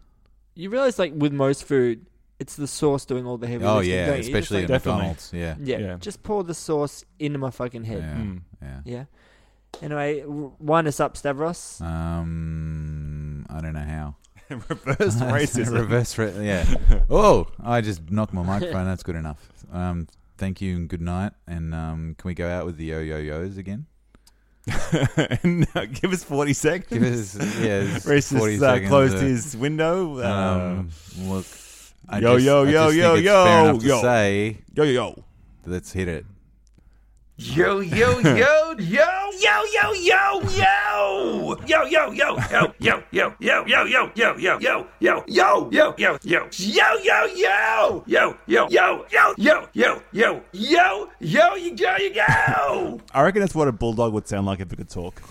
S6: You realize, like with most food, it's the sauce doing all the heavy
S4: oh
S6: lifting.
S4: yeah,
S6: don't you? It's
S4: especially
S6: like-
S4: at
S5: Definitely.
S4: McDonald's. Yeah,
S6: yeah,
S5: Yeah.
S6: Just pour the sauce into my fucking
S4: yeah,
S6: head.
S5: Mm.
S4: yeah.
S6: Yeah. Anyway, w- wind us up, Stavros.
S4: Um, I don't know how.
S5: Reverse racism.
S4: Reverse ra- Yeah. oh, I just knocked my microphone. That's good enough. Um, thank you and good night. And um, can we go out with the yo yo yos again?
S5: and uh, give us 40 seconds.
S4: Give us yeah, it's forty
S5: Racist uh,
S4: seconds.
S5: closed
S4: of-
S5: his window. Uh,
S4: Um, look, I
S5: Yo,
S4: just,
S5: yo,
S4: I
S5: yo,
S4: just
S5: yo,
S4: think it's fair
S5: yo,
S4: enough to
S5: yo.
S4: say,
S5: yo, yo, yo.
S4: let's hit it.
S1: Yo yo yo yo yo yo yo yo yo yo yo yo yo yo yo yo yo yo yo yo yo yo yo yo yo yo yo yo yo yo yo yo yo yo yo yo yo you go you go
S5: I reckon that's what a bulldog would sound like if it could talk.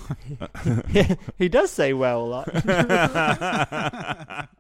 S6: he does say well a lot.